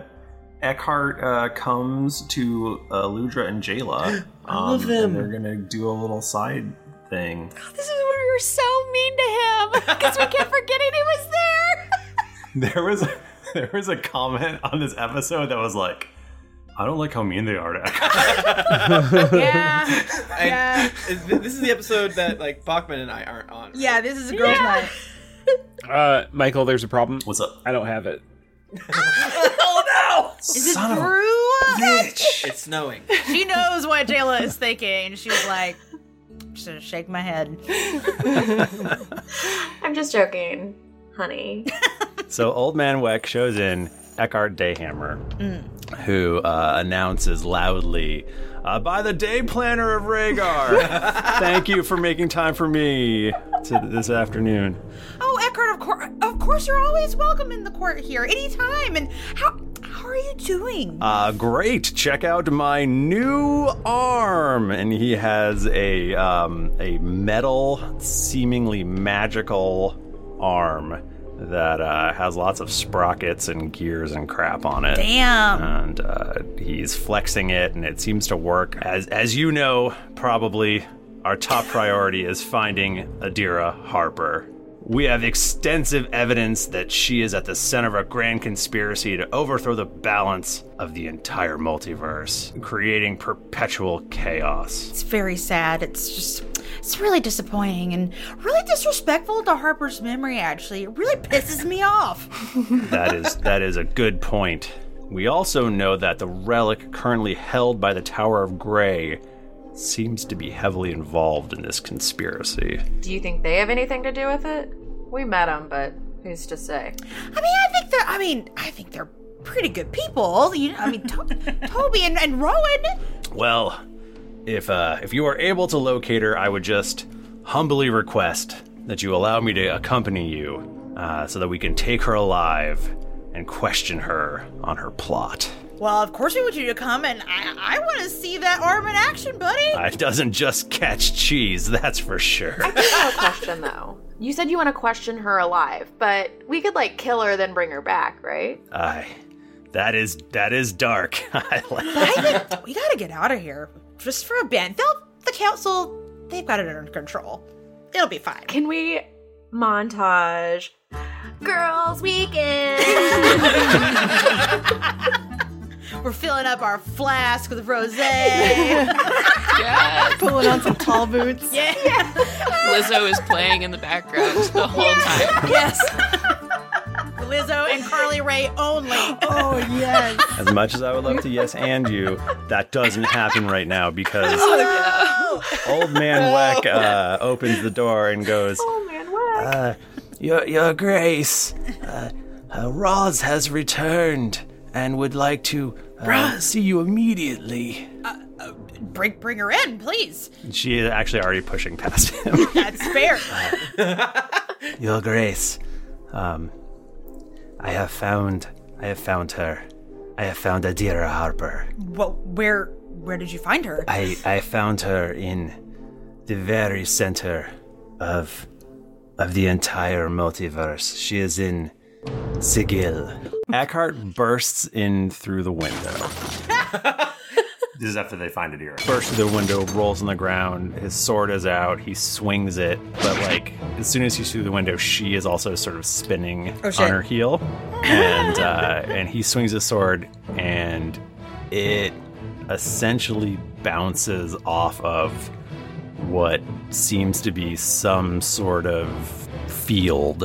S21: Eckhart uh, comes to uh, Ludra and Jayla.
S22: I love
S21: um,
S22: them.
S21: And they're gonna do a little side thing.
S22: This is when we were so mean to him because we kept forgetting he was there.
S21: There was a, there was a comment on this episode that was like, "I don't like how mean they are to Eckhart."
S2: yeah. yeah. This is the episode that like Bachman and I aren't on.
S3: Yeah, this is a girl's night.
S5: Uh, Michael, there's a problem.
S21: What's up?
S5: I don't have it.
S2: oh
S3: no! Is
S2: Son of
S3: it
S2: a
S3: Drew?
S2: It's snowing.
S3: she knows what Jayla is thinking. She was like, should shake my head.
S23: I'm just joking, honey.
S1: so old man Weck shows in Eckhart Dayhammer.
S23: Mm.
S1: who uh, announces loudly, uh, "By the day planner of Rhaegar, thank you for making time for me to this afternoon."
S3: Oh, Eckhart, of course, of course, you're always welcome in the court here, anytime. And how how are you doing?
S1: Uh, great! Check out my new arm, and he has a um, a metal, seemingly magical arm that uh, has lots of sprockets and gears and crap on it.
S3: Damn.
S1: And uh, he's flexing it, and it seems to work. As as you know, probably our top priority is finding Adira Harper. We have extensive evidence that she is at the center of a grand conspiracy to overthrow the balance of the entire multiverse, creating perpetual chaos.
S3: It's very sad. It's just it's really disappointing and really disrespectful to Harper's memory. Actually, it really pisses me off.
S1: that is that is a good point. We also know that the relic currently held by the Tower of Grey seems to be heavily involved in this conspiracy.
S10: Do you think they have anything to do with it? We met them, but who's to say?
S3: I mean, I think they're. I mean, I think they're pretty good people. You know, I mean, to- Toby and, and Rowan.
S1: Well, if uh, if you are able to locate her, I would just humbly request that you allow me to accompany you, uh, so that we can take her alive and question her on her plot.
S3: Well, of course we want you to come, and I I want to see that arm in action, buddy.
S1: Uh, It doesn't just catch cheese, that's for sure.
S10: I do have a question though. You said you want to question her alive, but we could like kill her then bring her back, right?
S1: I. That is that is dark. I like
S3: we gotta get out of here just for a bit. They'll, the council, they've got it under control. It'll be fine.
S10: Can we montage? Girls Weekend.
S3: We're filling up our flask with rosé.
S8: Pulling on some tall boots.
S3: Yeah.
S8: Lizzo is playing in the background the whole time. Yes.
S3: Lizzo and Carly Rae only.
S8: Oh yes.
S1: As much as I would love to yes and you, that doesn't happen right now because
S14: Oh,
S1: old man Weck uh, opens the door and goes,
S12: Uh, Your Your Grace, uh, uh, Roz has returned and would like to uh,
S3: Roz.
S12: see you immediately.
S3: Bring, bring her in, please.
S1: She is actually already pushing past him.
S3: That's fair.
S12: Your Grace, um, I have found I have found her. I have found Adira Harper.
S3: well, where where did you find her?
S12: I, I found her in the very center of of the entire multiverse. She is in Sigil.
S1: Eckhart bursts in through the window.
S21: This is after they find Adira.
S1: Bursts through the window, rolls on the ground. His sword is out. He swings it, but like as soon as he's through the window, she is also sort of spinning Oh, shit. on her heel, and uh, and he swings his sword, and it essentially bounces off of what seems to be some sort of field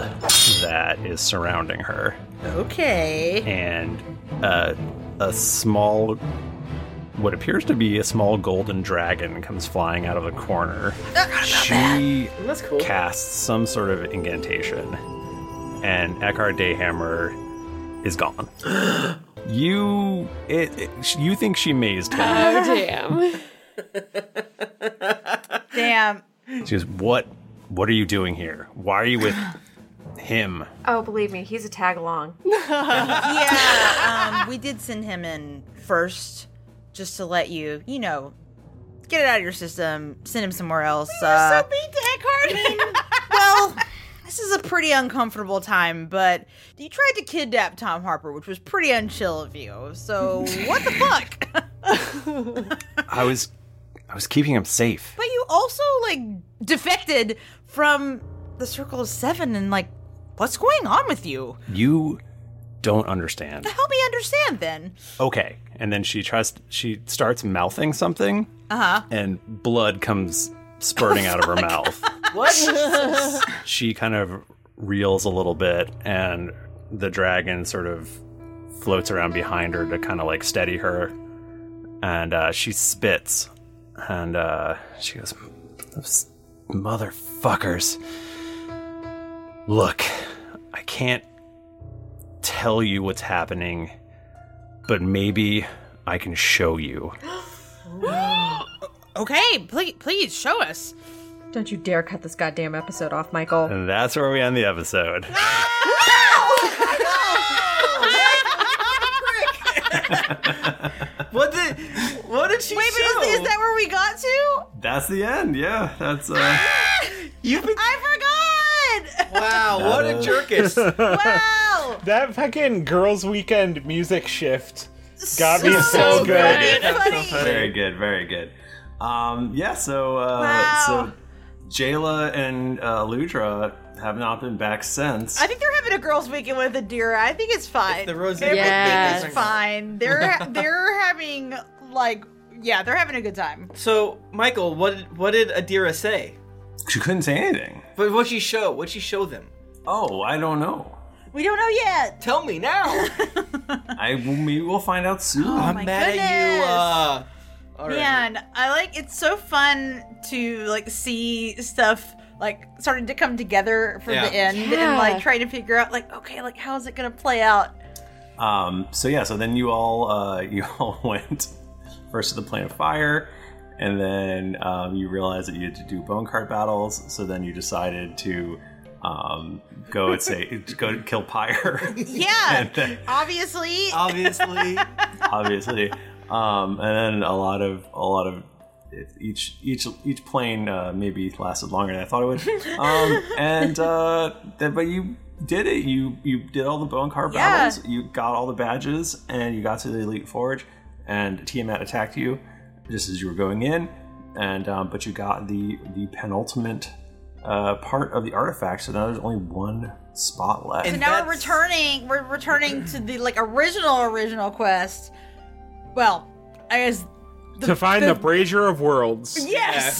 S1: that is surrounding her
S3: Okay.
S1: and uh, a small, what appears to be a small golden dragon comes flying out of the corner. She
S2: That's cool.
S1: casts some sort of incantation, and Eckhart Dayhammer is gone. you, it, it- you think she mazed him?
S3: Oh, Damn.
S1: She goes, "What? What are you doing here? Why are you with him?"
S10: Oh, believe me, he's a tag along.
S8: yeah.
S3: Um, we did send him in first just to let you, you know, get it out of your system, send him somewhere else. uh,
S24: beat to Eckhart.
S3: well, this is a pretty uncomfortable time, but you tried to kidnap Tom Harper, which was pretty unchill of you. So what the fuck?
S25: I was, I was keeping him safe.
S3: But you also like defected from the Circle of Seven, and like, what's going on with you?
S25: You don't understand.
S3: Help me understand then.
S25: Okay, and then she tries. She starts mouthing something,
S3: Uh huh.
S25: and blood comes spurting out of her mouth.
S3: What?
S25: She kind of reels a little bit, and the dragon sort of floats around behind her to kind of like steady her, and uh, she spits, and uh, she goes, "Those motherfuckers! Look, I can't tell you what's happening, but maybe I can show you."
S3: okay, please, please show us.
S26: Don't you dare cut this goddamn episode off, Michael.
S25: And that's where we end the episode.
S12: What did What did she
S3: Wait, but is, is that where we got to?
S1: That's the end. Yeah, that's uh,
S12: You've been.
S3: I forgot.
S2: Wow, what a jerkus!
S3: wow!
S5: That fucking girls' weekend music shift got me
S1: So
S5: so,
S1: good.
S5: good.
S1: very good, very good. Um, yeah, so uh, so Jayla and uh, Ludra have not been back since.
S3: I think they're having a girls' weekend with Adira. I think it's fine.
S2: the Rose
S3: Everything
S2: Yes.
S3: is fine. They're ha- they're having like yeah, they're having a good time.
S2: So, Michael, what did, what did Adira say?
S1: She couldn't say anything.
S2: But what'd she show? What'd she show them?
S1: Oh, I don't know.
S3: We don't know yet.
S2: Tell me now.
S1: I maybe we'll find out soon.
S2: I'm
S3: Oh, my
S2: mad at you.
S3: goodness.
S2: Uh, all right.
S3: Man, I like it's so fun to like see stuff like starting to come together for
S1: Yeah.
S3: the end
S1: Yeah.
S3: and like trying to figure out like okay, like how is it gonna play out?
S1: Um, so yeah, so then you all uh, you all went first to the plane of fire, and then um, you realized that you had to do bone cart battles. So then you decided to um, go and say go to kill Pyre.
S3: Yeah,
S1: And then-
S3: obviously.
S2: Obviously.
S1: obviously. Um, and then a lot of a lot of each each each plane uh, maybe lasted longer than I thought it would. Um, and uh, then, but you did it. You you did all the bone car
S3: Yeah.
S1: battles. You got all the badges, and you got to the elite forge. And Tiamat attacked you just as you were going in. And um, but you got the the penultimate uh, part of the artifact. So now there's only one spot left.
S3: so now we're returning. We're returning to the like original original quest. Well, I guess
S5: To find the brazier of worlds.
S3: yes.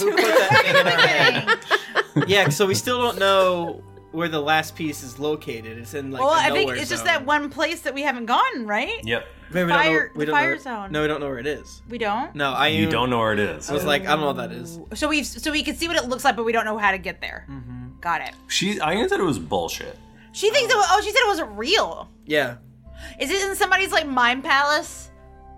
S2: yeah, so we still don't know where the last piece is located. It's in like
S3: well,
S2: the
S3: I think
S2: nowhere
S3: it's just
S2: zone.
S3: that one place that we haven't gone, right?
S1: Yep.
S2: Maybe we don't
S3: Fire-
S2: know, we don't
S3: the
S2: know
S3: fire
S2: where-
S3: zone.
S2: No, we don't know where it is.
S3: We don't.
S2: No, I
S25: You don't know where it is.
S2: I was like, I don't know what that is.
S3: So we so we can see what it looks like, but we don't know how to get there.
S2: Mm.
S3: Got it.
S1: She I said it was bullshit.
S3: She thinks it. wa- Oh, she said it wasn't real.
S2: Yeah.
S3: Is it in somebody's like mind palace?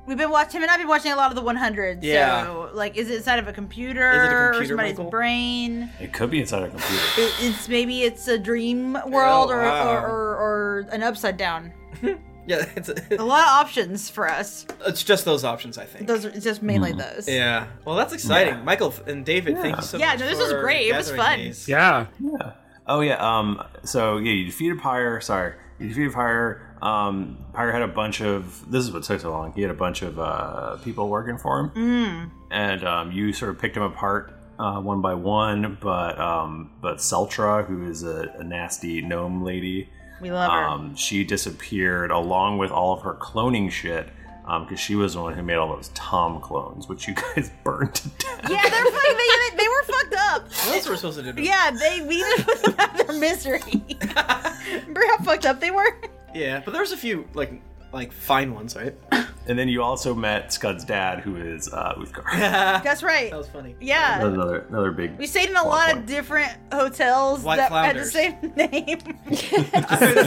S3: We've been watching him and I've been watching a lot of the 100.
S1: Yeah.
S3: So like, is it inside of a computer,
S1: Is it a
S3: or
S1: computer,
S3: somebody's
S1: Michael?
S3: brain?
S1: It could be inside a computer.
S3: It, it's maybe it's a dream world
S1: Oh,
S3: or,
S1: wow.
S3: or, or or an upside down.
S2: Yeah, it's
S3: A lot of options for us.
S2: it's just those options, I think.
S3: Those are it's just
S2: Mm.
S8: Hmm.
S3: mainly those.
S2: Yeah. Well, that's exciting. Michael and David, thank you so
S3: Yeah,
S2: much.
S3: no, this was
S2: for
S3: great. It was
S2: gathering
S3: fun.
S2: these.
S5: Yeah.
S1: Yeah. Oh yeah. Um. So yeah, you defeated Pyre. Sorry, you defeated Pyre. Um. Pyre had a bunch of. This is what took so long. He had a bunch of uh, people working for him,
S3: Mm-hmm. Hmm.
S8: Mm.
S1: and um, you sort of picked him apart uh, one by one. But um, but Seltra, who is a, a nasty gnome lady,
S3: We love her.
S1: um, she disappeared along with all of her cloning shit. Because she was the one who made all those Tom clones, which you guys burned to death.
S3: Yeah, they're fucking, they, they were fucked up.
S2: What else were we supposed to do?
S3: Yeah, they we need to put them out of their misery. Remember how fucked up they were?
S2: Yeah, but there was a few like like fine ones, right?
S1: And then you also met Scud's dad, who is uh, Uthgar.
S3: That's right. That
S2: was funny.
S3: Yeah.
S1: another another big.
S3: We stayed in a lot of different hotels
S1: White
S3: that
S1: flounders.
S3: had the same name.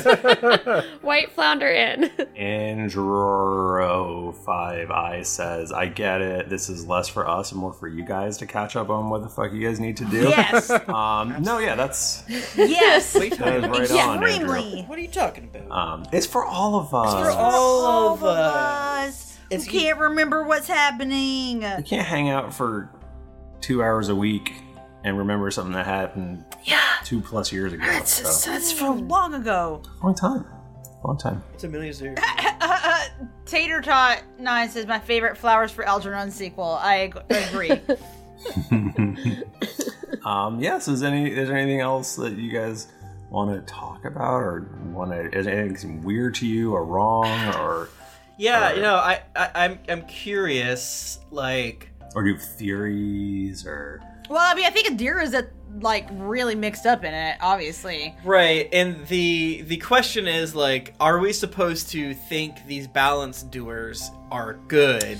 S10: White Flounder Inn.
S1: Andro Five I says, "I get it. This is less for us and more for you guys to catch up on what the fuck you guys need to do."
S2: Yes.
S1: Um, no, yeah, that's
S3: Yes.
S2: What are you
S1: That
S2: talking
S1: is
S2: about?
S1: right on, Andrew.
S2: What are you talking about?
S1: um, it's for all of us.
S2: It's for all of us.
S3: us.
S27: You can't remember what's happening.
S1: You can't hang out for two hours a week and remember something that happened two plus years ago.
S3: That's,
S1: so.
S3: that's from long ago.
S1: Long time. Long time.
S2: It's a million years.
S3: Tater Tot Nine says my favorite flowers for Algernon sequel. I ag- agree. Hmm.
S1: um, yeah, so is any is there anything else that you guys want to talk about or want to is anything seem weird to you or wrong or
S8: Yeah, you know, I, I I'm I'm curious, like
S1: or do you have theories or
S3: well, I mean, I think Adira's that like really mixed up in it, obviously.
S2: Right, and the the question is like, are we supposed to think these balance doers are good?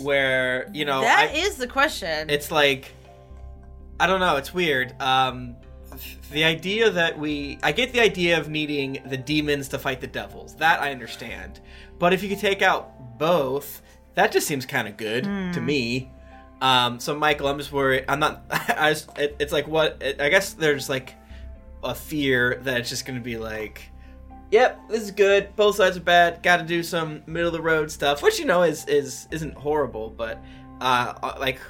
S2: Where you know
S3: that
S2: I-
S3: is the question.
S2: it's like i don't know it's weird um the idea that we i get the idea of needing the demons to fight the devils that i understand but if you could take out both that just seems kind of good to
S8: Hmm.
S2: me um so michael i'm just worried i'm not i just it, it's like what it, i guess there's like a fear that it's just gonna be like yep this is good both sides are bad gotta do some middle of the road stuff which you know is is isn't horrible but uh uh, like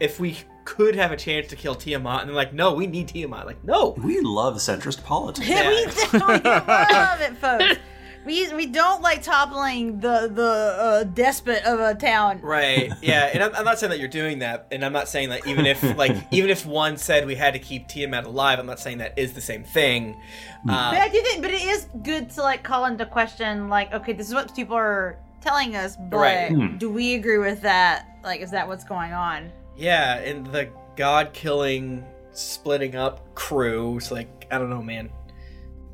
S2: if we could have a chance to kill Tiamat, and they're like, no, we need Tiamat. Like, no.
S1: We love centrist politics.
S3: Yeah, we Love it, folks. We, we don't like toppling the the uh, despot of a town.
S2: right. Yeah, and I'm, I'm not saying that you're doing that, and I'm not saying that even if like even if one said we had to keep Tiamat alive, I'm not saying that is the same thing.
S1: Hmm.
S3: but
S2: Uh,
S3: I do think, but it is good to like call into question, like, okay, this is what people are telling us, but
S2: Right. Hmm.
S3: do we agree with that? Like, is that what's going on?
S2: yeah, and the god killing, splitting up crew. It's like I don't know, man.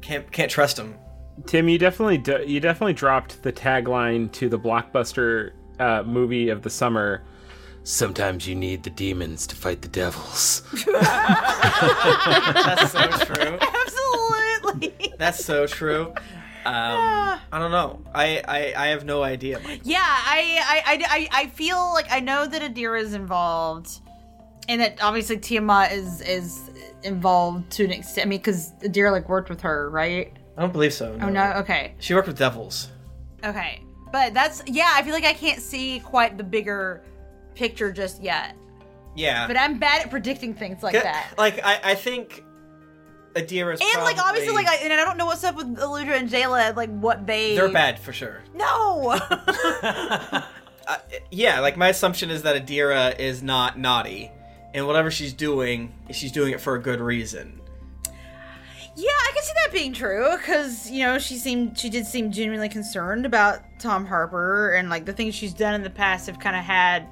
S2: Can't can't trust them.
S5: Tim, you definitely do- you definitely dropped the tagline to the blockbuster uh, movie of the summer.
S28: Sometimes you need the demons to fight the devils.
S2: That's so true.
S3: Absolutely.
S2: That's so true. Um, I don't know. I, I I have no idea. Mike.
S3: Yeah, I, I, I, I I feel like I know that Adira is involved, and that obviously Tiamat is is involved to an extent. I mean, because Adira like worked with her, right?
S2: I don't believe so.
S3: Oh no, okay,
S2: She worked with devils.
S3: okay, but that's yeah. I feel like I can't see quite the bigger picture just yet.
S2: Yeah.
S3: But I'm bad at predicting things like
S2: Ca-
S3: that.
S2: Like I, I think Adira's
S3: And like obviously
S2: probably-
S3: like I, and I don't know what's up with Eludra and Jayla like what they
S2: they're bad for sure.
S3: No.
S2: Yeah, like my assumption is that Adira is not naughty, and whatever she's doing, she's doing it for a good reason.
S3: Yeah, I can see that being true because you know she seemed she did seem genuinely concerned about Tom Harper and like the things she's done in the past have kind of had.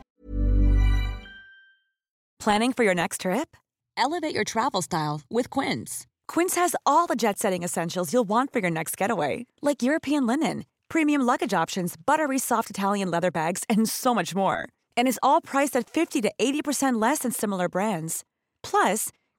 S29: Planning for your next trip? Elevate your travel style with Quince. Quince has all the jet setting essentials you'll want for your next getaway, like European linen, premium luggage options, buttery soft Italian leather bags, and so much more. And is all priced at 50 to 80% less than similar brands. Plus,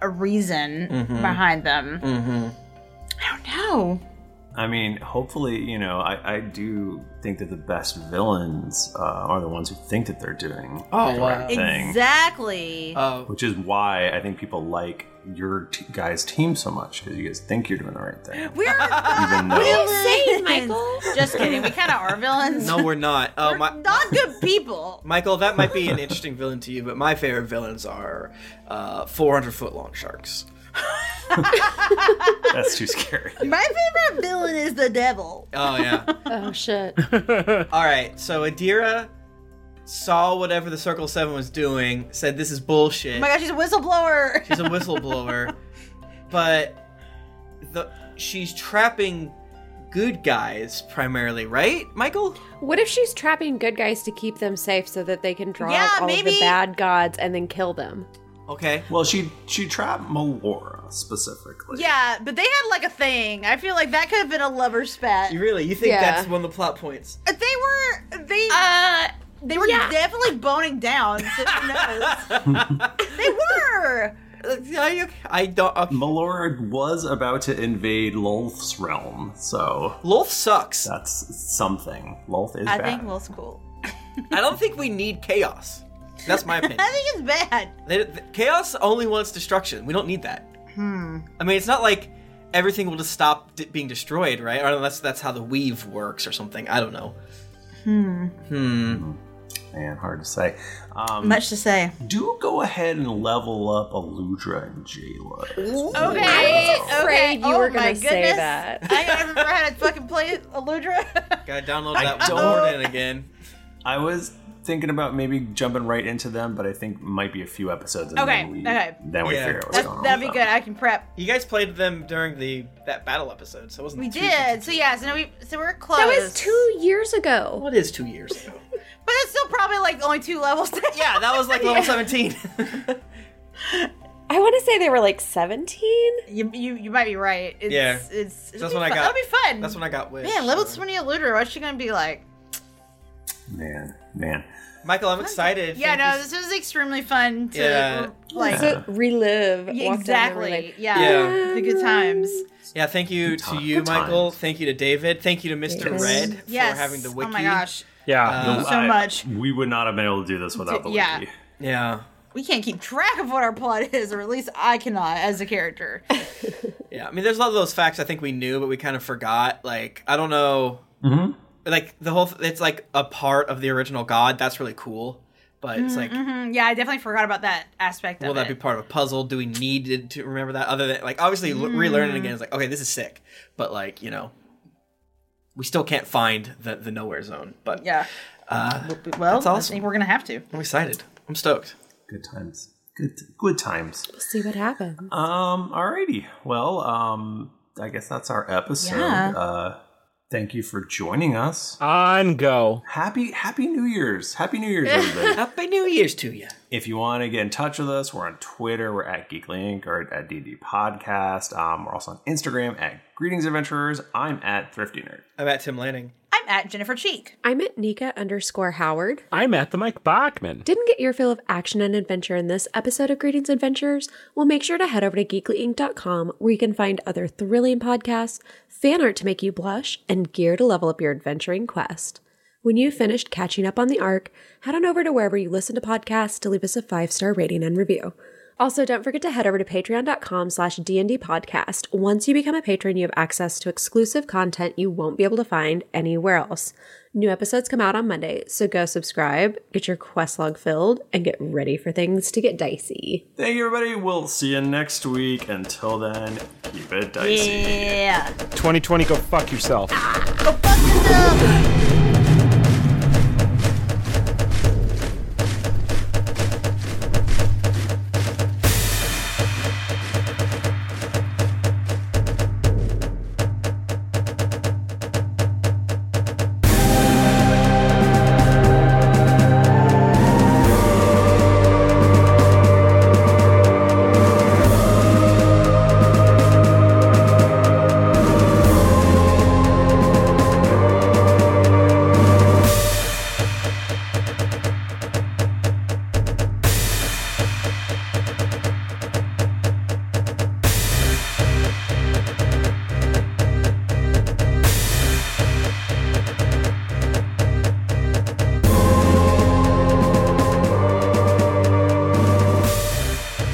S3: a reason
S1: Mhm.
S3: behind them.
S2: Mm.
S1: Mm-hmm.
S3: No.
S1: I mean, hopefully, you know, I, I do think that the best villains uh, are the ones who think that they're doing
S3: Oh,
S1: the right thing.
S3: Exactly.
S1: Which is why I think people like your t- guys' team so much because you guys think you're doing the right thing.
S3: We're
S1: Even though-
S3: insane, Michael. Just kidding. We kind of are villains.
S2: No, we're not. Oh my,
S3: not good people.
S2: Michael, that might be an interesting villain to you, but my favorite villains are uh, 400 foot long sharks.
S1: That's too scary.
S3: My favorite villain is the devil.
S2: Oh, yeah.
S3: Oh shit.
S2: All right, so Adira saw whatever the Circle 7 was doing, said this is bullshit.
S3: Oh my gosh, she's a whistleblower.
S2: She's a whistleblower, but the she's trapping good guys primarily, right, Michael?
S10: What if she's trapping good guys to keep them safe so that they can draw
S3: Yeah,
S10: out all of
S3: maybe.
S10: the bad gods and then kill them?
S2: Okay.
S1: Well, she she trapped Melora specifically.
S3: Yeah, but they had like a thing. I feel like that could have been a lover spat.
S2: You really? You think
S3: Yeah.
S2: that's one of the plot points?
S3: They were they uh they were definitely boning down. so who knows? they were.
S2: I don't.
S1: Melora was about to invade Lolth's realm, so
S2: Lolth sucks.
S1: That's something. Lolth is
S3: I
S1: bad.
S3: think Will's cool.
S2: I don't think we need chaos. That's my opinion.
S3: I think it's bad.
S2: They- th- chaos only wants destruction. We don't need that.
S3: Hmm.
S2: I mean, it's not like everything will just stop d- being destroyed, right? Or unless that's how the weave works or something. I don't know.
S3: Hmm.
S2: Hmm.
S1: Mm-hmm. Man, hard to say. Um,
S3: Much to say.
S1: Do go ahead and level up Aludra and Jayla.
S3: Okay.
S10: I was afraid
S3: okay.
S10: you were
S3: Oh my
S10: gonna say
S3: goodness.
S10: that.
S3: I gotta remember how to fucking play Eludra.
S2: Gotta download
S1: I
S2: that
S1: don't-
S2: one in again.
S1: I was thinking about maybe jumping right into them, but I think might be a few episodes. And
S3: Okay,
S1: Then we,
S3: okay.
S1: Then we
S2: Yeah.
S1: figure out what's
S3: That's,
S1: going on.
S3: that'd be good. I can prep.
S2: You guys played them during the that battle episode, so it wasn't.
S3: We
S2: too-
S3: did. So yeah. So now we. So we're close.
S10: That was two years ago.
S2: What is two years ago?
S3: But that's still probably like only two levels.
S2: yeah, that was like level seventeen.
S10: I want to say they were like 17.
S3: You you, you might be right. It's,
S2: Yeah.
S3: It's,
S2: That's
S3: it'll be
S2: when I
S3: fun.
S2: got-
S3: That'll be fun.
S2: that's when I got Wish,
S3: Man, level twenty Eludra. What's she gonna be like?
S1: Man, man.
S2: Michael, I'm excited.
S3: Yeah. No. This was extremely fun to
S2: Yeah.
S3: like.
S2: So
S10: relive.
S3: Yeah,
S10: walk down
S3: exactly.
S10: memory lane.
S3: yeah.
S2: Yeah.
S3: The good times.
S2: Yeah, thank you to you,
S3: Good
S2: Michael. Thank you to David. Thank you to Mr.
S3: Yes.
S2: Red
S3: Yes.
S2: for having the
S3: Oh
S2: wiki.
S3: my gosh.
S1: Yeah,
S2: Uh,
S1: I-
S2: So
S3: much.
S1: We would not have been able to do this without the
S3: Yeah.
S1: wiki.
S2: Yeah.
S3: We can't keep track of what our plot is, or at least I cannot as a character.
S2: Yeah, I mean, there's a lot of those facts I think we knew, but we kind of forgot. Like, I don't know.
S1: Mm-hmm.
S2: Like, the whole, th- it's like a part of the original God. That's really cool. But Uh, it's like,
S3: Mhm. yeah, I definitely forgot about that aspect
S2: will
S3: of
S2: that be
S3: it.
S2: part of a puzzle? Do we need to- to remember that? Other than, like, obviously, l- relearning
S3: Mm.
S2: again is like, okay, this is sick. But, like, you know, we still can't find the, the nowhere zone. But,
S3: yeah.
S2: Uh,
S3: Well,
S2: that's
S3: I think
S2: awesome.
S3: we're gonna have to.
S2: I'm excited. I'm stoked.
S1: Good times. Good, good times.
S10: See what happens.
S1: Um, alrighty. Well, um, I guess that's our episode.
S10: Yeah.
S1: Uh thank you for joining us. On go. Happy happy New Year's. Happy New Year's, everybody.
S2: happy New Year's to you.
S1: If you want to get in touch with us, we're on Twitter, we're at Geekly Inc. or at DD Podcast. Um, we're also on Instagram at Greetings Adventurers. I'm at Thrifty Nerd.
S2: I'm at Tim Lanning.
S3: I'm at Jennifer Cheek.
S10: I'm at Nika underscore Howard.
S30: I'm at the Mike Bachman.
S10: Didn't get your fill of action and adventure in this episode of Greetings Adventures? Well, make sure to head over to geeklyinc.com where you can find other thrilling podcasts, fan art to make you blush, and gear to level up your adventuring quest. When you've finished catching up on the arc, head on over to wherever you listen to podcasts to leave us a five-star rating and review. Also, don't forget to head over to patreon.com slash D&D podcast. Once you become a patron, you have access to exclusive content you won't be able to find anywhere else. New episodes come out on Monday, so go subscribe, get your quest log filled, and get ready for things to get dicey.
S1: Thank you, everybody. We'll see you next week. Until then, keep it dicey.
S3: Yeah.
S30: 2020, go fuck yourself.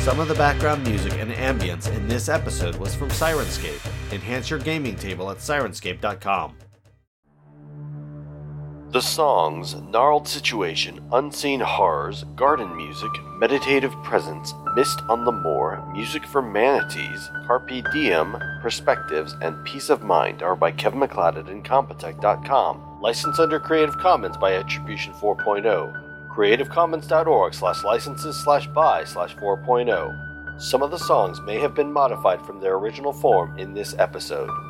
S5: Some of the background music and ambience in this episode was from Sirenscape. Enhance your gaming table at sirenscape.com.
S31: The songs Gnarled Situation, Unseen Horrors, Garden Music, Meditative Presence, Mist on the Moor, Music for Manatees, Carpe Diem, Perspectives, and Peace of Mind are by Kevin McLeod at Incompetech.com. Licensed under Creative Commons by Attribution oh. 4.0. CreativeCommons.org slash licenses slash by slash oh. 4.0. Some of the songs may have been modified from their original form in this episode.